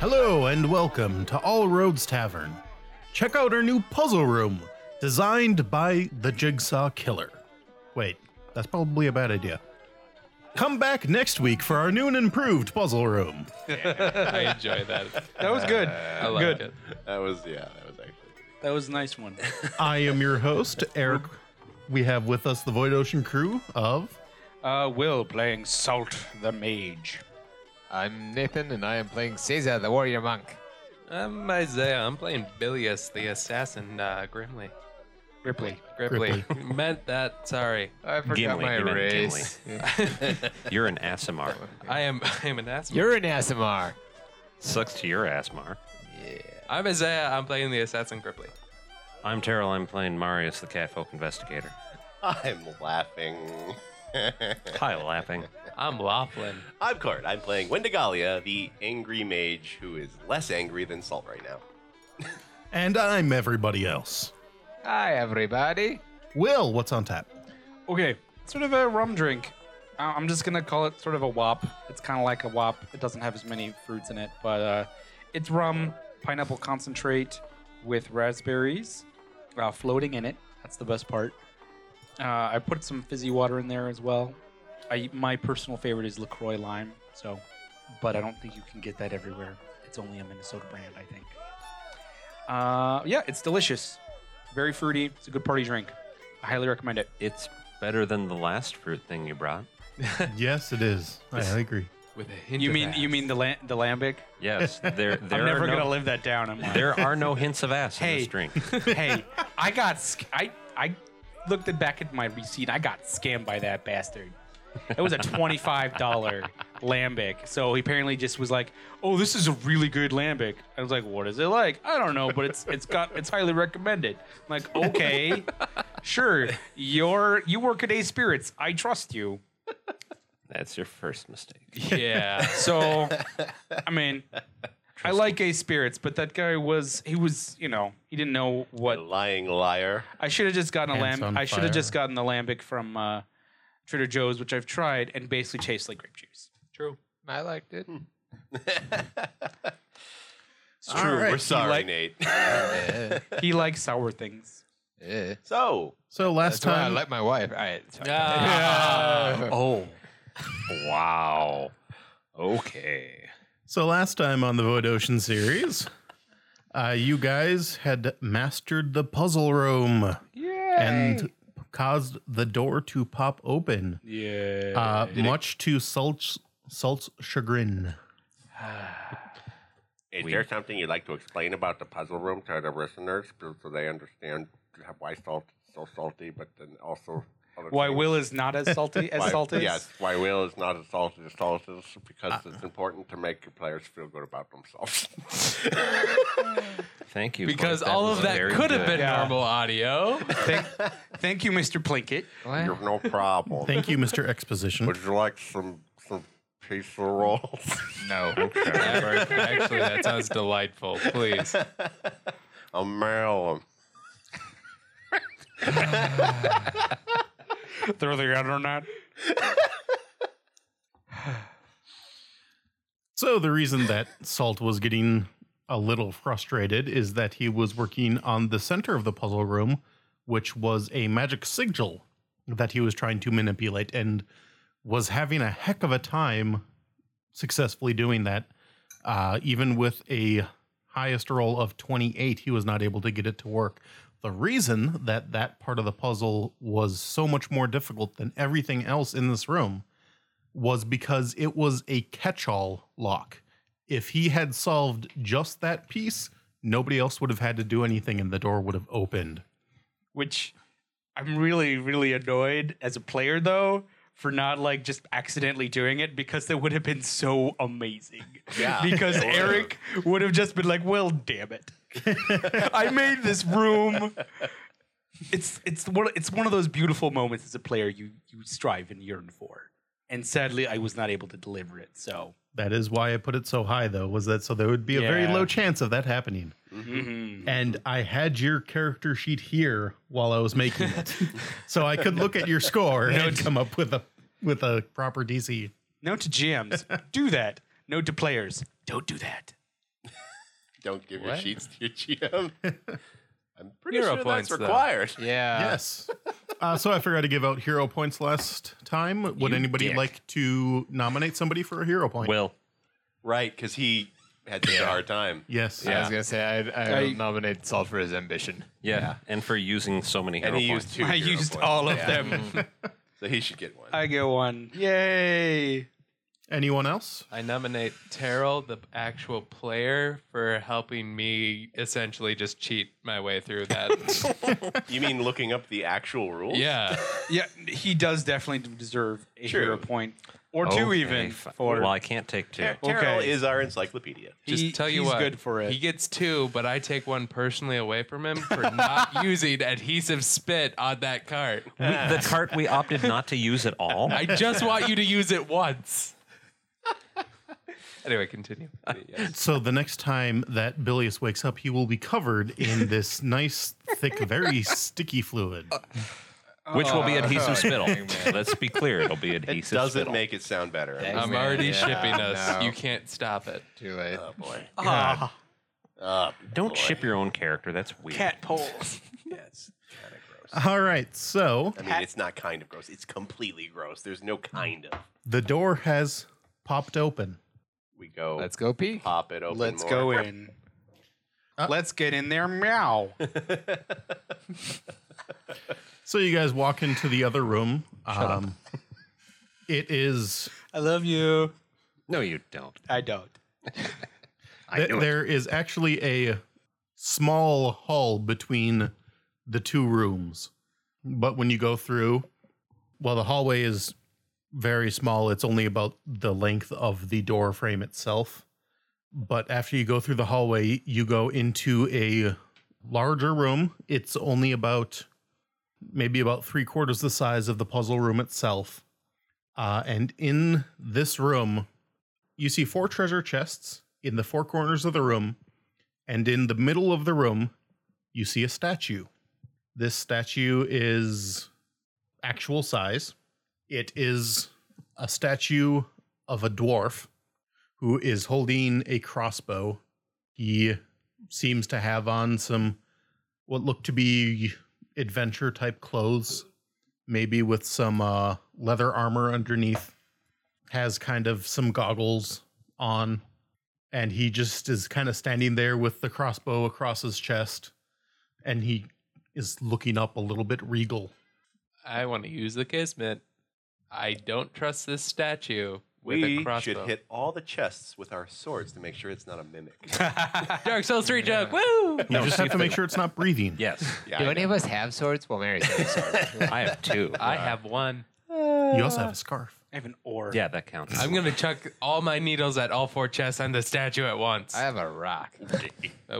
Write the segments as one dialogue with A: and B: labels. A: Hello and welcome to All Roads Tavern. Check out our new puzzle room, designed by the Jigsaw Killer. Wait, that's probably a bad idea. Come back next week for our new and improved puzzle room.
B: I enjoy that.
C: That was good.
B: I like
C: Good.
B: it.
D: That was yeah. That was actually.
E: That was a nice one.
A: I am your host, Eric. We have with us the Void Ocean crew of.
C: Uh, Will playing Salt the Mage.
F: I'm Nathan, and I am playing Caesar, the warrior monk.
B: I'm Um, Isaiah. I'm playing Bilius, the assassin, uh, Grimly.
C: Ripley.
B: Gripply. Meant that. Sorry.
F: I forgot
G: Gimli,
F: my
G: he meant
F: race.
G: You're an Asimar.
B: I am. I am an assassin.
F: You're an Asimar.
G: Sucks to your Asmar.
B: I'm Isaiah. I'm playing the assassin Gripply.
G: I'm Terrell. I'm playing Marius, the catfolk investigator.
D: I'm laughing.
G: Hi, laughing.
B: I'm Laughlin.
D: I'm Court. I'm playing Wendigalia, the angry mage who is less angry than Salt right now.
A: And I'm everybody else.
F: Hi, everybody.
A: Will, what's on tap?
C: Okay, sort of a rum drink. I- I'm just gonna call it sort of a wop. It's kind of like a wop. It doesn't have as many fruits in it, but uh, it's rum, pineapple concentrate with raspberries uh, floating in it. That's the best part. Uh, I put some fizzy water in there as well. I my personal favorite is Lacroix lime, so, but I don't think you can get that everywhere. It's only a Minnesota brand, I think. Uh, yeah, it's delicious. Very fruity. It's a good party drink. I highly recommend it.
G: It's better than the last fruit thing you brought.
A: Yes, it is. I agree.
B: With a hint.
C: You
B: of
C: mean you
B: ass.
C: mean the la- the lambic?
G: Yes, there there
C: I'm
G: are
C: never
G: no,
C: gonna live that down. I'm like,
G: There are no hints of ass in
C: Hey.
G: this drink.
C: hey, I got sc- I I looked at back at my receipt. I got scammed by that bastard. It was a twenty five dollar lambic. So he apparently just was like, "Oh, this is a really good lambic." I was like, "What is it like?" I don't know, but it's it's got it's highly recommended. I'm like, okay, sure. You're you work at A Spirits. I trust you.
G: That's your first mistake.
B: Yeah.
C: So, I mean, I like A Spirits, but that guy was he was you know he didn't know what
D: Lying liar.
C: I should have just gotten a
A: Pants
C: lamb.
A: on
C: I should have
A: fire.
C: just gotten the lambic from uh, Trader Joe's, which I've tried and basically tastes like grape juice.
B: True.
F: I liked it.
D: It's true. We're sorry,
C: like-
D: Nate.
C: He likes sour things.
F: Yeah.
D: so
A: So last
F: That's why I
A: time.
F: like my wife. All right. sorry.
C: Oh,
G: Wow. Okay.
A: So last time on the Void Ocean series, uh, you guys had mastered the puzzle room and caused the door to pop open,
C: yeah.
A: uh, much to Salt's, Salt's chagrin.
D: Is
G: We-
D: there something you'd like to explain about the puzzle room to the listeners so so they understand why salt is so salty, but then also other
C: Why
D: things?
C: Will is not as salty as
D: Why-
C: salt is?
D: Yes, why Will is not as salty as salt is because it's important to make your players feel good about themselves.
G: Thank you.
B: Because
G: Clark.
B: all
G: was
B: of that
G: very
B: could have
G: good.
B: been normal audio.
C: Thank, thank you, Mr. Plinkett.
D: You're no problem.
A: Thank you, Mr. Exposition.
D: Would you like some some pizza rolls?
F: No.
B: Actually, that sounds delightful. Please.
D: I'll mail 'em.
C: Throw the out or not?
A: So the reason that Salt was getting a little frustrated is that he was working on the center of the puzzle room, which was a magic sigil that he was trying to manipulate and was having a heck of a time successfully doing that. Uh, even with a highest roll of 28, he was not able to get it to work. The reason that that part of the puzzle was so much more difficult than everything else in this room was because it was a catch all lock. If he had solved just that piece, nobody else would have had to do anything and the door would have opened.
C: Which I'm really, really annoyed as a player though for not like just accidentally doing it because that would have been so amazing.
D: Yeah.
C: because
D: It would've.
C: Eric would have just been like, "Well, damn it, I made this room." It's it's one it's one of those beautiful moments as a player you you strive and yearn for, and sadly I was not able to deliver it. So
A: That is why I put it so high, though, was that so there would be a very
C: Yeah.
A: low chance of that happening.
E: Mm-hmm.
A: And I had your character sheet here while I was making it, so I could look at your score and come up with a with a proper DC.
C: note to GMs, do that. Note to players, don't do that.
E: Don't give your
B: What?
E: sheets to your GM. I'm pretty
B: Hero
E: sure
B: points, though.
E: that's required.
C: Ah.
F: Yeah.
A: yes. Uh, so I figured I'd give out hero points last time. Would
E: You
A: anybody
E: dick.
A: like to nominate somebody for a hero point?
G: Will.
E: Right, because he had such a hard time.
A: yes.
F: I was gonna say I'd, I
C: I-
F: would nominate Salt for his ambition.
G: Yeah. And for using so many hero
E: And he
G: points.
E: used two.
C: I
E: hero
C: used
E: points.
C: all of
E: Yeah.
C: them.
E: So he should get one.
C: I get one. Yay!
A: Anyone else?
B: I nominate Terrell, the actual player, for helping me essentially just cheat my way through that.
E: you mean looking up the actual rules?
B: yeah.
C: Yeah, he does definitely deserve a
E: True.
C: hero point or two
G: Okay,
C: even
G: fi-
C: for
G: Well, I can't take two.
E: Ter- Terrell
C: Okay.
E: is our encyclopedia.
B: Just
C: He-
B: tell you
C: he's
B: what,
C: good for it.
B: He gets two, but I take one personally away from him for not using adhesive spit on that cart.
G: We- the cart we opted not to use at all.
B: I just want you to use it once. Anyway, continue.
A: So the next time that Bilius wakes up, he will be covered in this nice, thick, very sticky fluid.
G: which will be
F: Oh,
G: adhesive spittle.
F: dang, man.
G: Let's be clear, it'll be adhesive
E: Doesn't
G: spittle.
E: make it sound better.
F: Dang.
B: I'm
F: man,
B: already
F: yeah,
B: shipping us.
F: no.
B: You can't stop it.
F: Too late.
E: Oh boy.
F: God.
E: Oh,
G: Don't
E: boy.
G: ship your own character. That's weird.
E: poles. yes. Kind of gross.
A: All right, so
E: I mean, it's not kind of gross. It's completely gross. There's no kind of.
A: the door has popped open.
E: We go.
F: Let's go pee.
E: pop it open.
C: Let's
E: more.
C: go in. Let's get in there, meow.
A: So you guys walk into the other room. Um, it is
C: I love you.
G: No, you don't.
C: I don't.
A: th- there is actually a small hall between the two rooms. But when you go through, well, the hallway is very small. It's only about the length of the door frame itself. But after you go through the hallway, you go into a larger room. It's only about maybe about three quarters the size of the puzzle room itself. Uh, and in this room, you see four treasure chests in the four corners of the room, and in the middle of the room, you see a statue. This statue is actual size. It is a statue of a dwarf who is holding a crossbow. He seems to have on some what look to be adventure type clothes, maybe with some uh, leather armor underneath. Has kind of some goggles on, and he just is kind of standing there with the crossbow across his chest, and he is looking up a little bit regal.
B: I want to use the casement. I don't trust this statue with a
E: We should
B: crossbow.
E: hit all the chests with our swords to make sure it's not a mimic.
B: Dark Souls 3 joke. Woo!
A: You just have to make sure it's not breathing.
G: Yes,
E: Yeah,
F: Do
E: I
F: any of us have swords? Well, Mary's got a sword.
G: I have two.
B: I have one.
A: You also have a scarf.
C: I have an orb.
G: Yeah, that counts.
B: I'm gonna chuck all my needles at all four chests and the statue at once.
F: I have a rock. Oh.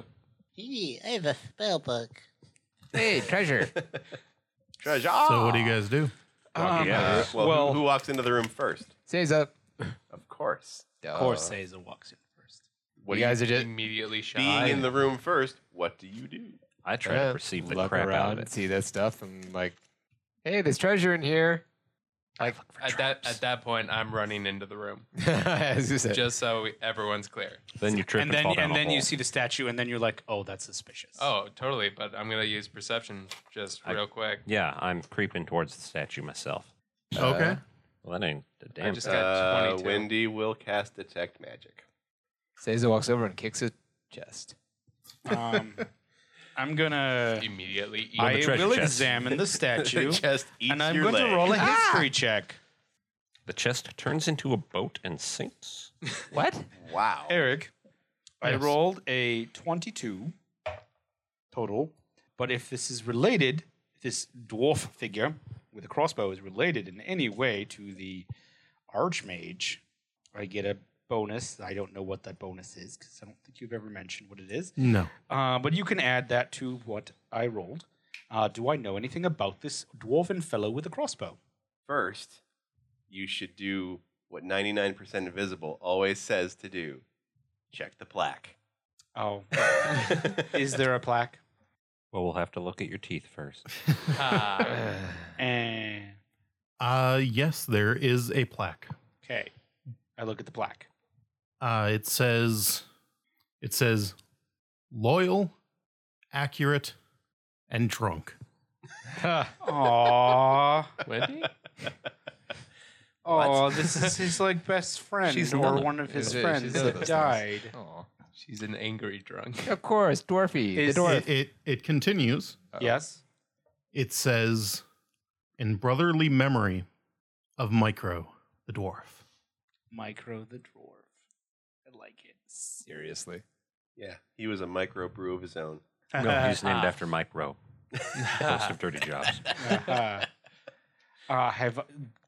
H: Hey, I have a spell book.
F: Hey, treasure.
E: treasure.
A: So what do you guys do?
C: Um,
G: yeah.
E: Well,
C: Well-
E: who, who walks into the room first?
F: Ah! Says up.
E: Of course.
F: Of
C: Seiza walks in first.
E: What
F: you guys are just
B: Immediately shot.
E: being in the room first? What do you do?
G: I try to perceive the
F: look
G: crap
F: around
G: out of
F: and
G: it.
F: see that stuff and like, hey, there's treasure in here. Like,
B: at that at that point, I'm running into the room
F: as you said.
B: just so we, everyone's clear.
G: Then you trip and,
C: and then
G: fall down
C: and
G: a
C: then you
G: hole.
C: see the statue, and then you're like, oh, that's suspicious.
B: Oh, totally. But I'm gonna use perception just real quick.
G: Yeah, I'm creeping towards the statue myself.
A: okay.
G: Well, that ain't a damn.
B: just
G: thing.
B: got-
E: Uh,
B: 22.
E: Wendy will cast detect magic.
F: Seiza walks over and kicks a chest.
C: Um, I'm gonna.
B: Immediately, eat
C: I
G: treasure
C: will
G: chest.
C: examine the statue,
E: Just eats
C: and I'm
E: your
C: going
E: leg. Ah!
C: to roll a history check.
G: the chest turns into a boat and sinks.
F: What?
E: Wow.
C: Eric, I
A: Yes.
C: rolled a 22 total, but if this is related, this dwarf figure with a crossbow is related in any way to the archmage, I get a bonus. I don't know what that bonus is because I don't think you've ever mentioned what it is.
A: No.
C: Uh, but you can add that to what I rolled. Uh, do I know anything about this dwarven fellow with a crossbow?
E: First, you should do what 99% invisible always says to do. Check the plaque.
C: Oh, is there a plaque?
G: Well, we'll have to look at your teeth first.
B: Ah,
C: Eh.
A: Uh yes, there is a plaque.
C: Okay. I look at the plaque.
A: Uh it says it says loyal, accurate, and drunk.
C: Aww.
B: Wendy?
C: Oh, this is his like best friend
E: She's
C: or
E: another-
C: one of his
E: Yeah,
C: friends
E: she's another
C: that
E: best
C: died.
F: Aw.
B: She's an angry drunk.
F: Of course, Dwarfy.
C: Is
F: the dwarf.
A: It, it, it continues.
C: Yes.
A: It says, in brotherly memory of Micro, the dwarf.
C: Micro the dwarf. I like it. Seriously.
E: Yeah, he was a micro brew of his own.
G: No, he's named after Mike Rowe, host of Dirty Jobs.
C: uh have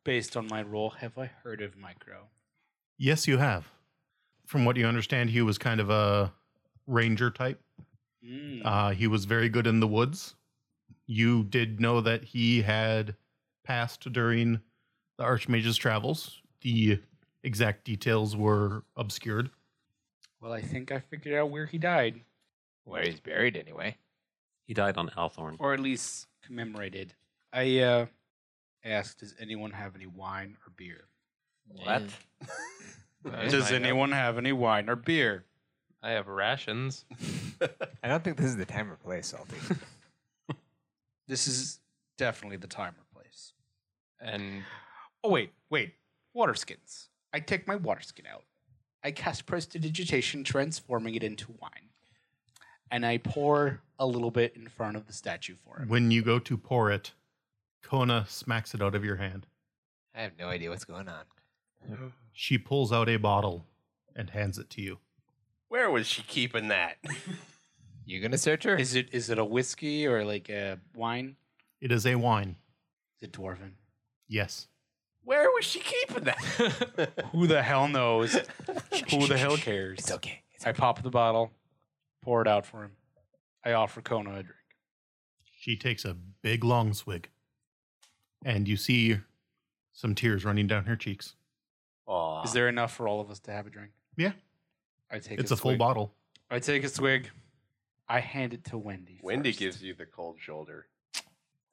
C: based on my role, have I heard of micro?
A: Yes, you have. From what you understand, he was kind of a ranger type.
C: Mm.
A: Uh, he was very good in the woods. You did know that he had passed during the Archmage's travels. The exact details were obscured.
C: well, I think I figured out where he died,
F: Where he's buried, anyway.
G: He died on Althorn.
C: or at least commemorated. I uh, asked, "Does anyone have any wine or beer?"
F: What?
C: Does anyone have any wine or beer?
B: I have rations.
F: I don't think this is the time or place, Salty.
C: This is definitely the time or place.
B: And
C: Oh wait, wait. Water skins. I take my water skin out. I cast prestidigitation, transforming it into wine, and I pour a little bit in front of the statue for him.
A: When you go to pour it, Kona smacks it out of your hand.
F: I have no idea what's going on.
A: She pulls out a bottle and hands it to you.
E: Where was she keeping that?
F: You gonna search her?
C: Is it is it a whiskey or like a wine?
A: It is a wine.
C: Is it dwarven?
A: Yes.
E: Where was she keeping that?
C: Who the hell knows? Who the hell cares?
F: It's okay. It's
C: I pop the bottle, pour it out for him. I offer Kona a drink.
A: She takes a big long swig, and you see some tears running down her cheeks.
E: Aw.
C: Is there enough for all of us to have a drink?
A: Yeah.
C: I take
A: It's
C: a,
A: a full
C: swig.
A: bottle.
C: I take a swig. I hand it to Wendy.
E: Wendy
C: first.
E: gives you the cold shoulder.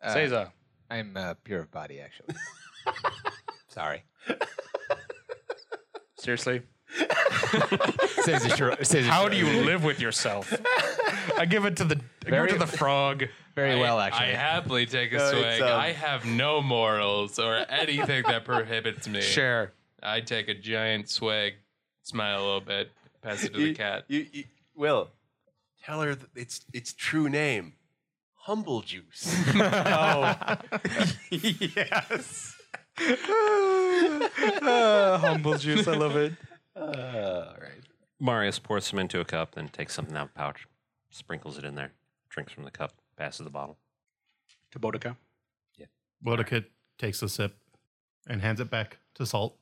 F: Uh,
C: Cesar.
F: I'm uh, pure of body, actually. Sorry.
C: Seriously,
F: Cesar, Shiro- Cesar
C: how
F: Shiro-
C: do you live with yourself? I give it to the I give it
F: Very-
C: to the frog.
F: Very
B: I-
F: well,
B: I
F: actually.
B: happily take a
E: No, it's,
B: swig.
E: um,
B: I have no morals or anything that prohibits me.
C: Share.
B: I take a giant swig, smile a little bit, pass it to the
E: You-
B: cat.
E: You, you, Will, tell her that it's its true name, Humble Juice.
C: yes. Ah, humble juice. I love it.
E: all right.
G: Marius pours some into a cup, then takes something out of the pouch, sprinkles it in there, drinks from the cup, passes the bottle.
C: To Bodica.
A: Boudica takes a sip and hands it back to Salt.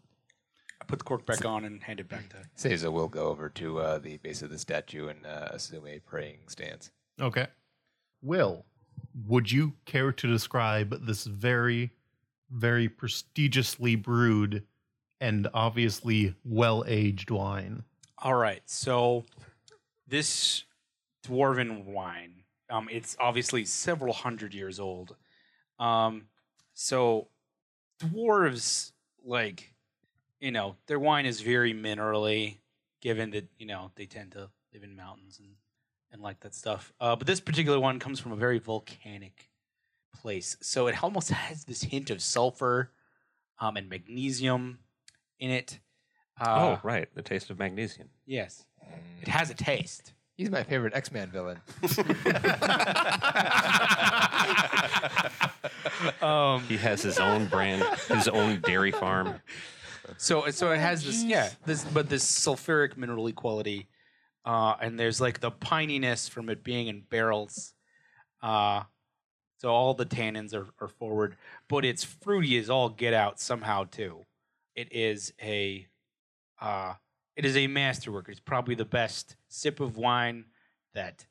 C: I put the cork back on and hand it back to.
F: Cesar will go over to uh, the base of the statue and uh, assume a praying stance.
A: Okay. Will, would you care to describe this very, very prestigiously brewed and obviously well aged wine?
C: All right, so this dwarven wine, um, it's obviously several hundred years old. Um, so dwarves, like, you know, their wine is very minerally, given that you know they tend to live in mountains and and like that stuff. Uh, but this particular one comes from a very volcanic place, so it almost has this hint of sulfur um, and magnesium in it. Uh,
B: Ah.
G: oh, right. The taste of magnesium.
C: Yes. It has a taste.
F: He's my favorite X-Man villain.
C: Um,
G: He has his own brand, his own dairy farm.
C: so so it has this yeah this but this sulfuric mineral quality, uh, and there's like the pininess from it being in barrels, uh, so all the tannins are, are forward, but it's fruity as all get out somehow too. It is a, uh, it is a masterwork. It's probably the best sip of wine that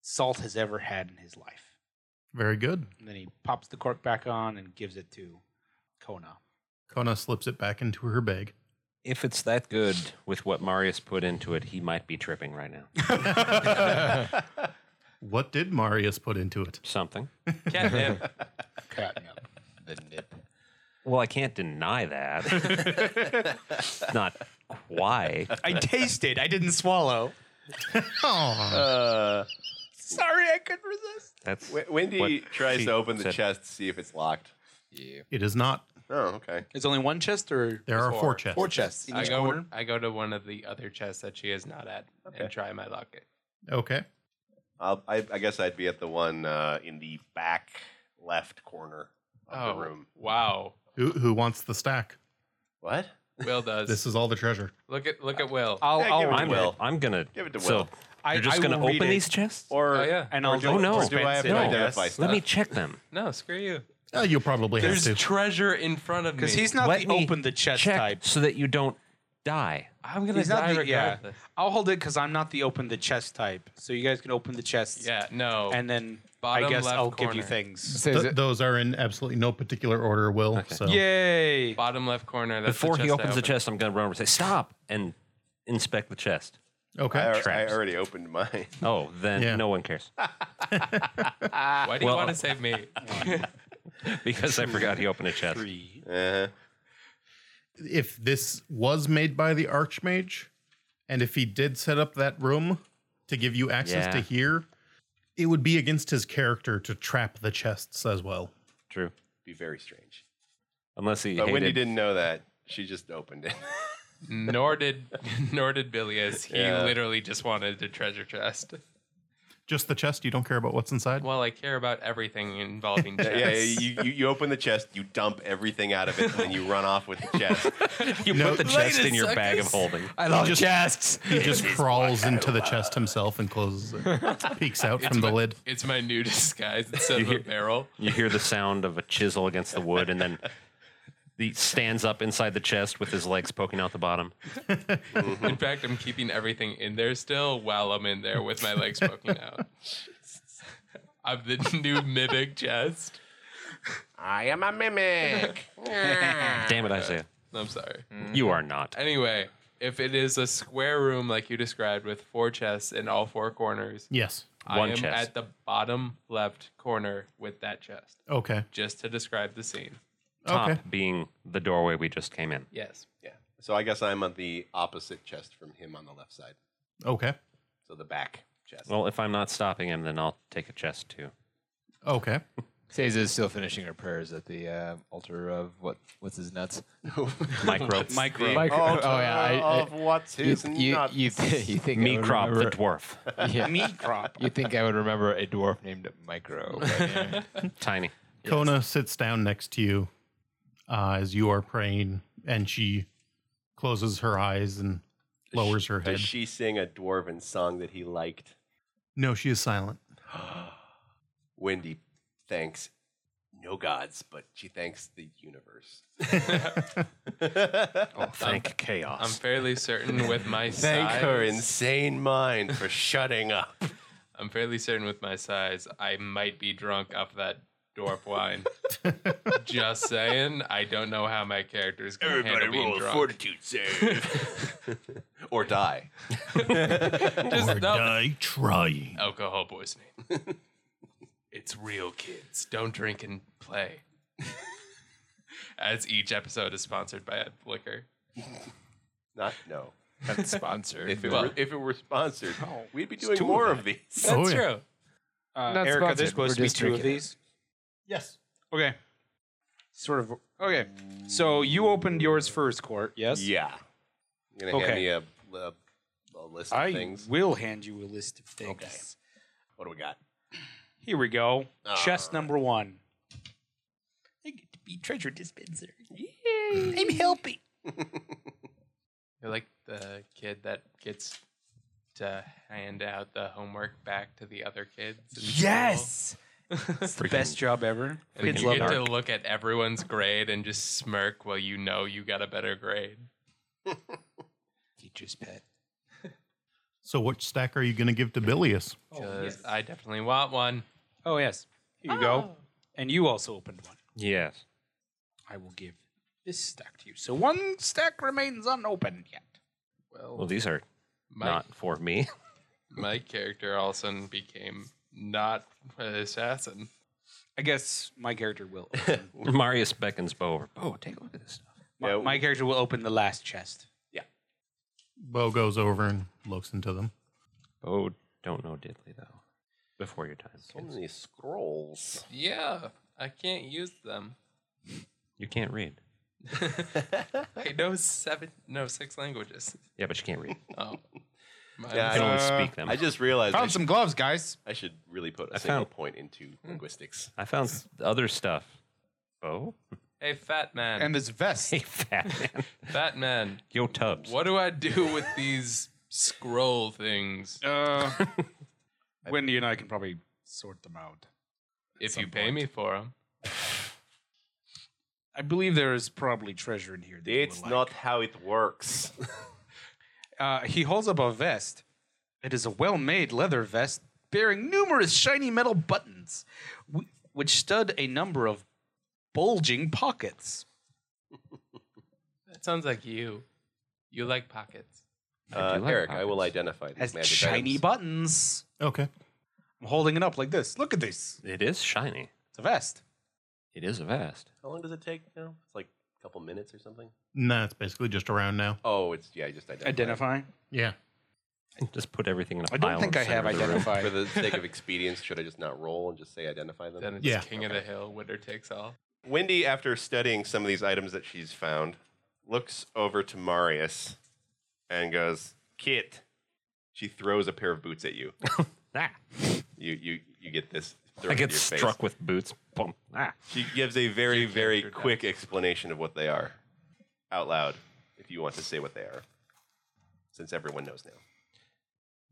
C: Salt has ever had in his life.
A: Very good.
C: And then he pops the cork back on and gives it to Kona.
A: Kona slips it back into her bag.
G: If it's that good with what Marius put into it, he might be tripping right now.
A: What did Marius put into it?
G: Something.
B: Catnip.
F: The nip.
G: Well, I can't deny that. Not quite.
C: I tasted. I didn't swallow.
A: Aw.
E: Uh,
C: Sorry, I couldn't resist.
G: That's
E: Wen- Wendy
G: What
E: tries
G: she
E: to open the
G: said.
E: chest to see if it's locked.
B: Yeah.
A: it is not.
E: Oh, okay.
C: Is only one chest or
A: There are four chests.
C: four chests in
B: I
C: each
B: go.
C: corner?
B: I go to one of the other chests that she is not at and try my luck.
A: Okay.
E: I'll, I, I guess I'd be at the one uh, in the back left corner of
G: Oh.
E: the room.
B: Oh, wow!
A: Who, who wants the stack?
E: What?
B: Will does.
A: This is all the treasure.
B: look at look at Will.
C: I'll,
E: Yeah,
C: I'll
E: give it to
G: I'm,
E: Will.
G: I'm gonna
E: Give it to
G: so
E: Will.
C: I-
G: You're just
C: I
G: gonna
C: will read
G: open
C: it.
G: these chests?
E: Or
B: Oh, yeah.
C: and I'll
E: do,
G: Oh, no.
E: or do I have to
G: No.
E: identify stuff?
G: Let me check them.
B: no, screw you.
A: Uh, you'll probably have
B: There's
A: to.
B: treasure in front of me.
C: because he's not
G: Let
C: the
G: me
C: open the chest
G: check
C: type.
G: so that you don't die.
B: I'm gonna
C: He's
B: die
C: not the, yeah.
B: regardless.
C: I'll hold it because I'm not the open the chest type. So you guys can open the chests.
B: Yeah. No.
C: And then I
B: Bottom
C: guess
B: left
C: I'll give
B: corner.
C: you things.
F: So is
A: Th-
F: it-
A: those are in absolutely no particular order, Will. So
C: Yay!
B: bottom left corner. That's
G: Before
B: the
G: he
B: chest I
G: opens the
B: opened.
G: chest, I'm gonna run over and say, Stop and inspect the chest.
A: okay.
E: I, I
G: Traps.
E: already opened mine.
G: Oh, then
A: Yeah.
G: no one cares.
B: Why do
G: Well-
B: you want to save me?
G: Because I forgot he opened a chest.
E: Uh-huh.
A: if this was made by the Archmage, and if he did set up that room to give you access
G: Yeah.
A: to here, it would be against his character to trap the chests as well.
G: True.
E: Be very strange.
G: Unless he
E: But
G: hated
E: Wendy didn't know that. She just opened it.
B: nor did nor did Bilius. He
E: Yeah.
B: literally just wanted the treasure chest.
A: Just the chest, you don't care about what's inside.
B: Well, I care about everything involving chests.
E: yeah, yeah, you, you, you open the chest, you dump everything out of it, and then you run off with the chest.
G: you
A: No.
G: put the chest in your bag of holding.
C: I love
A: just-
C: chests.
A: He just crawls into the chest himself and closes it, peeks out from the lid.
B: It's my new disguise instead
G: You
B: of a
G: hear-
B: barrel.
G: You hear the sound of a chisel against the wood, and then he stands up inside the chest with his legs poking out the bottom.
B: In fact, I'm keeping everything in there still while I'm in there with my legs poking out. I'm the new mimic chest.
D: I am a mimic.
G: Damn it, Isaiah.
B: I'm sorry.
G: You are not.
B: Anyway, if it is a square room like you described with four chests in all four corners,
A: Yes.
B: I
G: One
B: am
G: chest.
B: at the bottom left corner with that chest.
A: Okay.
B: Just to describe the scene.
G: Top
A: Okay.
G: being the doorway we just came in.
B: Yes.
E: yeah. So I guess I'm on the opposite chest from him on the left side.
A: Okay.
E: So the back chest.
G: Well, if I'm not stopping him, then I'll take a chest too.
A: Okay.
I: Seiza is still finishing her prayers at the uh, altar of what? What's his nuts?
G: Micro.
E: Micro.
I: Micro- oh,
E: Altar
I: yeah, I- I-
E: of what's his
I: you, you,
E: nuts.
I: you, th- you think I
G: Me
I: would
G: crop the
I: remember-
G: dwarf.
I: yeah.
C: Me crop.
I: You think I would remember a dwarf named Micro? but, yeah.
G: Tiny.
A: Kona sits down next to you uh, as you are praying, and she closes her eyes and lowers her head.
E: Does she sing a dwarven song that he liked?
A: no, she is silent.
E: Wendy thanks no gods, but she thanks the universe.
G: Thank
B: I'm
G: chaos.
B: fairly certain with my
E: Thank
B: size.
E: her insane mind for shutting up.
B: I'm fairly certain with my size, I might be drunk off that dwarf wine. Just saying, I don't know how my character is going to handle being drunk.
E: save. or die.
B: Just, no, Oh,
A: trying.
B: Alcohol poisoning. it's real, kids. Don't drink and play. As each episode is sponsored by a liquor.
E: Not no.
I: That's sponsored.
E: If it,
B: Well-
E: were, if it were sponsored, we'd be doing more of these.
A: Oh,
B: That's
A: yeah.
B: true.
C: Uh,
I: Not
C: Erica,
I: sponsored.
C: there's supposed
I: We're
C: to be
I: just
C: two of
I: drinking it.
C: these. Yes. Okay. Sort of. Okay. So you opened yours first, Court. Yes.
E: Yeah. You're gonna
C: Okay.
E: hand me a, a, a list of
C: I
E: things.
C: will hand you a list of things.
E: Okay. What do we got?
C: Here we go.
E: All
C: Chest
E: right.
C: number one.
H: I get to be treasure dispenser. I'm helping.
B: You're like the kid that gets to hand out the homework back to the other kids. in school.
C: It's the best job ever.
B: And
C: Kids
B: you
C: love
B: get
C: it.
B: to look at everyone's grade and just smirk while you know you got a better grade.
I: Teacher's pet.
A: So, which stack are you going to give to Bilius?
B: Because I definitely want one.
C: Oh yes. Here you go. And you also opened one.
G: Yes.
C: I will give this stack to you. So one stack remains unopened yet.
G: Well, these are
B: My,
G: not for me.
B: my character all of a sudden became not an assassin.
C: I guess my character will.
G: Marius beckons Bo over. Bo, Oh, take a look at this stuff.
C: My,
E: Yeah.
C: my character will open the last chest.
A: Bo goes over and looks into them.
G: Oh, don't know diddly though. Before your time,
E: So
G: kids.
E: many scrolls.
B: Yeah, I can't use them.
G: you can't read.
B: I know seven, no, six languages.
G: Yeah, but you can't read.
B: Oh, my
E: Yeah,
G: I can only
C: Uh,
G: speak them.
E: I just realized I
C: Found
E: should,
C: some gloves, guys.
E: I should really put a
G: I
E: single
G: found-
E: point into linguistics.
G: I found s- other stuff. Oh,
B: hey, fat man,
C: And this vest.
G: hey, fat man.
B: fat man,
G: Yo, Tubbs.
B: what do I do with these scroll things?
C: Uh, Wendy and I can probably sort them out.
B: If you
C: some
B: pay
C: point.
B: me for them,
C: I believe there is probably treasure in here. that you
E: It's
C: would
E: not how it works.
C: like. Uh, he holds up a vest. It is a well-made leather vest bearing numerous shiny metal buttons, wh- which stud a number of bulging pockets.
B: that sounds like you. You like pockets.
E: Uh,
G: do like
E: Eric, I will
G: pockets.
E: identify these
C: Has
E: magic
C: shiny
E: items.
C: buttons.
A: Okay.
C: I'm holding it up like this. Look at this.
G: It is shiny.
C: It's a vest.
G: It is a vest.
E: How long does it take now? It's like a couple minutes or something.
A: Nah, it's basically just around now.
E: Oh, it's yeah, I just identified.
C: Identifying.
A: Yeah.
G: Just put everything in a
C: I
G: pile.
C: don't think
G: in
C: I
G: the center
C: have
G: of the room.
C: identified.
E: For the sake of expedience, should I just not roll and just say identify them?
B: Then it's
A: Yeah.
B: king of the hill, winner takes all.
E: Wendy, after studying some of these items that she's found, looks over to Marius and goes, "Kit." She throws a pair of boots at you.
G: Ah,
E: You you you get this.
G: I
E: thrown
G: get
E: in your face.
G: struck with boots. Boom. Ah.
E: She gives a very very
B: character
E: quick explanation of what they are, out loud, if you want to say what they are, since everyone knows now.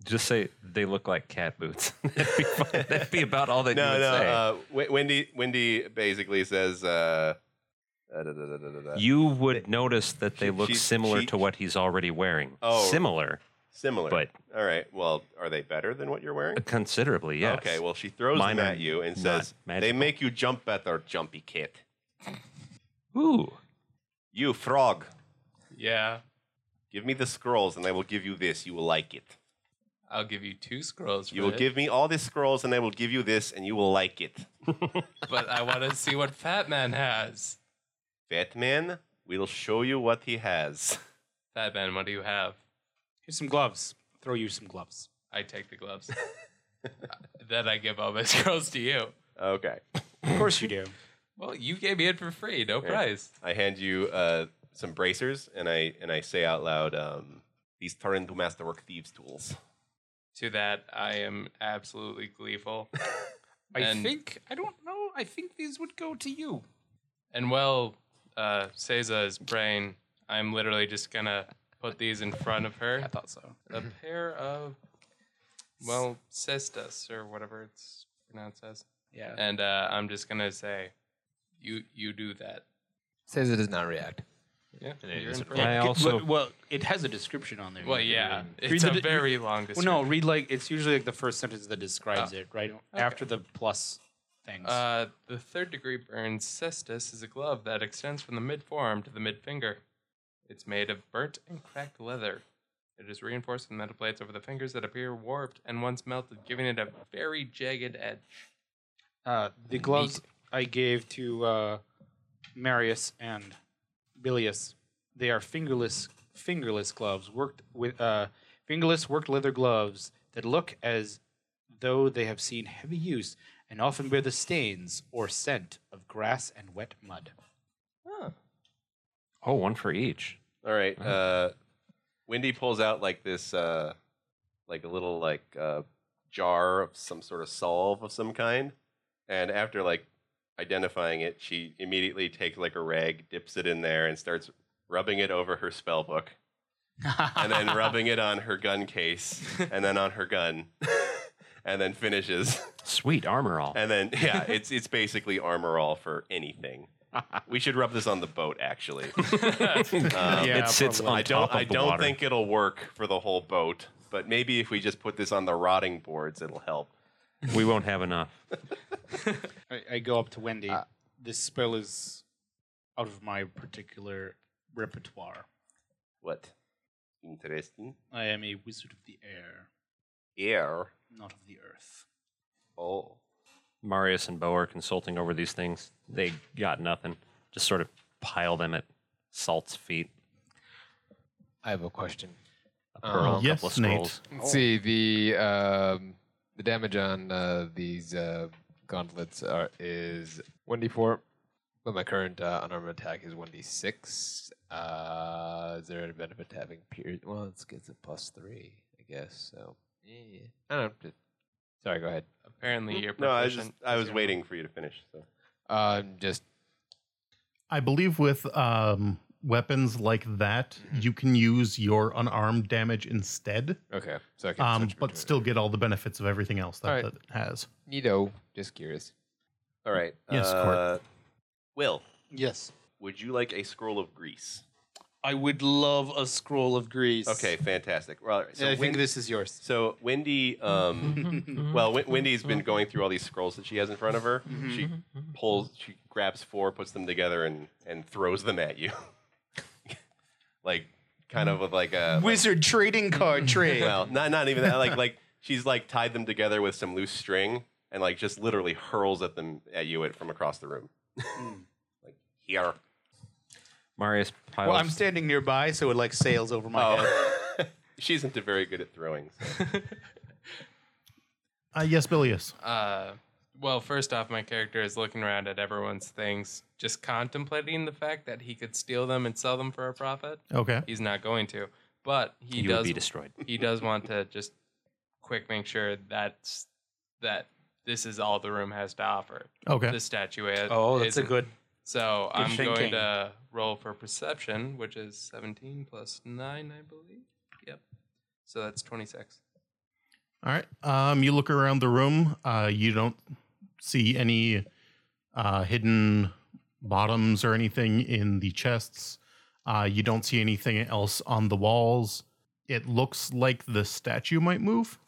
G: Just say they look like cat boots. that'd, be fun. that'd be about all that you
E: No,
G: would
E: no.
G: say.
E: Uh, W- Wendy, Wendy basically says, uh, uh, da, da, da, da, da, da.
G: you would notice that they
E: she-
G: look
E: she-
G: similar
E: she-
G: to what he's already wearing.
E: Oh.
G: similar,
E: similar.
G: but
E: all right. Well, are they better than what you're wearing?
G: considerably. Yes.
E: Okay. Well, she throws
G: Mine
E: them
G: are
E: at you and
G: not
E: says, "They
G: magical."
E: make you jump at their jumpy kit.
G: Ooh.
E: You frog,
B: Yeah,
E: give me the scrolls, and I will give you this. You will like it.
B: I'll give you two scrolls. For
E: You will
B: it,
E: give me all these scrolls, and I will give you this, and you will like it.
B: but I want to see what Fat Man has.
E: Fat man will show you what he has.
B: Fat Man, what do you have?
C: Here's some gloves. Throw you some gloves.
B: I take the gloves. then I give all my scrolls to you.
E: Okay.
C: Of course you do.
B: Well, you gave me it for free, no price.
E: I hand you uh, some bracers, and I and I say out loud, um, "These turn into masterwork thieves' tools."
B: To that, I am absolutely gleeful.
C: I
B: And-
C: think I don't know. I think these would go to you.
B: And well, uh, Seza's brain, I'm literally just gonna put these in front of her.
C: thought so.
B: A pair of, well, cestus or whatever it's pronounced as.
C: Yeah.
B: And uh, I'm just gonna say, you you do that.
I: Says it does not react.
B: Yeah.
I: it
B: you're in
I: doesn't
B: for
G: I
B: it.
G: also
C: well, it has a description on there.
B: Well, yeah,
C: Read
B: it's
C: the
B: a
C: di-
B: very long
C: Well,
B: description.
C: no, read like it's usually like the first sentence that describes it, right? After the plus things.
B: Uh, the third degree burn cestus is a glove that extends from the mid forearm to the mid finger. It's made of burnt and cracked leather. It is reinforced with metal plates over the fingers that appear warped and once melted, giving it a very jagged edge.
C: Uh, the gloves I gave to uh, Marius and Bilius. They are fingerless fingerless gloves worked with uh, fingerless worked leather gloves that look as though they have seen heavy use and often bear the stains or scent of grass and wet mud.
G: oh one for each.
E: All right. Uh, Wendy pulls out like this, uh, like a little like uh, jar of some sort of solve of some kind, and after like identifying it, she immediately takes like a rag, dips it in there, and starts rubbing it over her spell book, and then rubbing it on her gun case, and then on her gun, and then finishes.
G: Sweet armor all.
E: And then yeah, it's it's basically armor all for anything. We should rub this on the boat actually. Um,
G: it sits on
E: I
G: top
E: don't
G: of
E: I
G: the
E: don't
G: water.
E: think it'll work for the whole boat, but maybe if we just put this on the rotting boards it'll help.
G: we won't have enough.
C: I, I go up to Wendy. this spell is out of my particular repertoire.
E: What? Interesting.
C: I am a wizard of the air,
E: Air.
C: not of the earth.
E: Oh.
G: Marius and Bo are consulting over these things. They got nothing. Just sort of pile them at Salt's feet.
I: I have a question.
G: A pearl,
A: Uh,
G: a couple of
A: yes, Nate.
G: scrolls.
I: Let's see the um, the damage on uh, these uh, gauntlets are is one d four, but my current uh, unarmed attack is one d six. Uh, is there any benefit to having pierce? Well, it's it's a plus three, I guess. So yeah, I don't. know. Sorry, go ahead.
B: Apparently, you're
E: No, I was just
B: proficient
E: I
B: as
E: was
B: your-
E: waiting for you to finish. So
I: Um, just
A: I believe with um, weapons like that, you can use your unarmed damage instead,
I: okay. So I can
A: um,
I: switch
A: but
I: between-
A: still get all the benefits of everything else that,
I: All right.
A: that it has.
I: Neato, just curious.
E: all right.
A: Yes, Court.
E: uh, Will,
C: Yes.
E: would you like a scroll of grease?
C: I would love a scroll of grease.
E: Okay, fantastic. Well, all right, so
C: And I
E: Wen-
C: think this is yours.
E: So Wendy, um, well, Wen- Wendy's been going through all these scrolls that she has in front of her.
B: Mm-hmm.
E: She pulls, she grabs four, puts them together, and and throws them at you, like kind of with like a like-
C: Wizard trading card trade.
E: well, not not even that. Like like she's like tied them together with some loose string, and like just literally hurls at them at you at, from across the room. like here.
G: Marius piles.
C: Well, I'm standing nearby, so it like sails over my head.
E: Oh, she isn't very good at throwing. so-
A: Uh, yes, Bilius.
B: Uh, well, first off, my character is looking around at everyone's things, just contemplating the fact that he could steal them and sell them for a profit.
A: Okay.
B: He's not going to, but he
G: you would
B: does.
G: be destroyed.
B: he does want to just quick make sure that's that this is all the room has to offer.
A: Okay.
B: The statuette.
J: Oh, that's a
B: isn't.
J: good.
B: So
J: good
B: I'm going
J: thinking.
B: to roll for perception, which is 17 plus nine, I believe. Yep. So that's 26.
A: All right. Um, you look around the room. Uh, you don't see any uh, hidden bottoms or anything in the chests. Uh, you don't see anything else on the walls. It looks like the statue might move.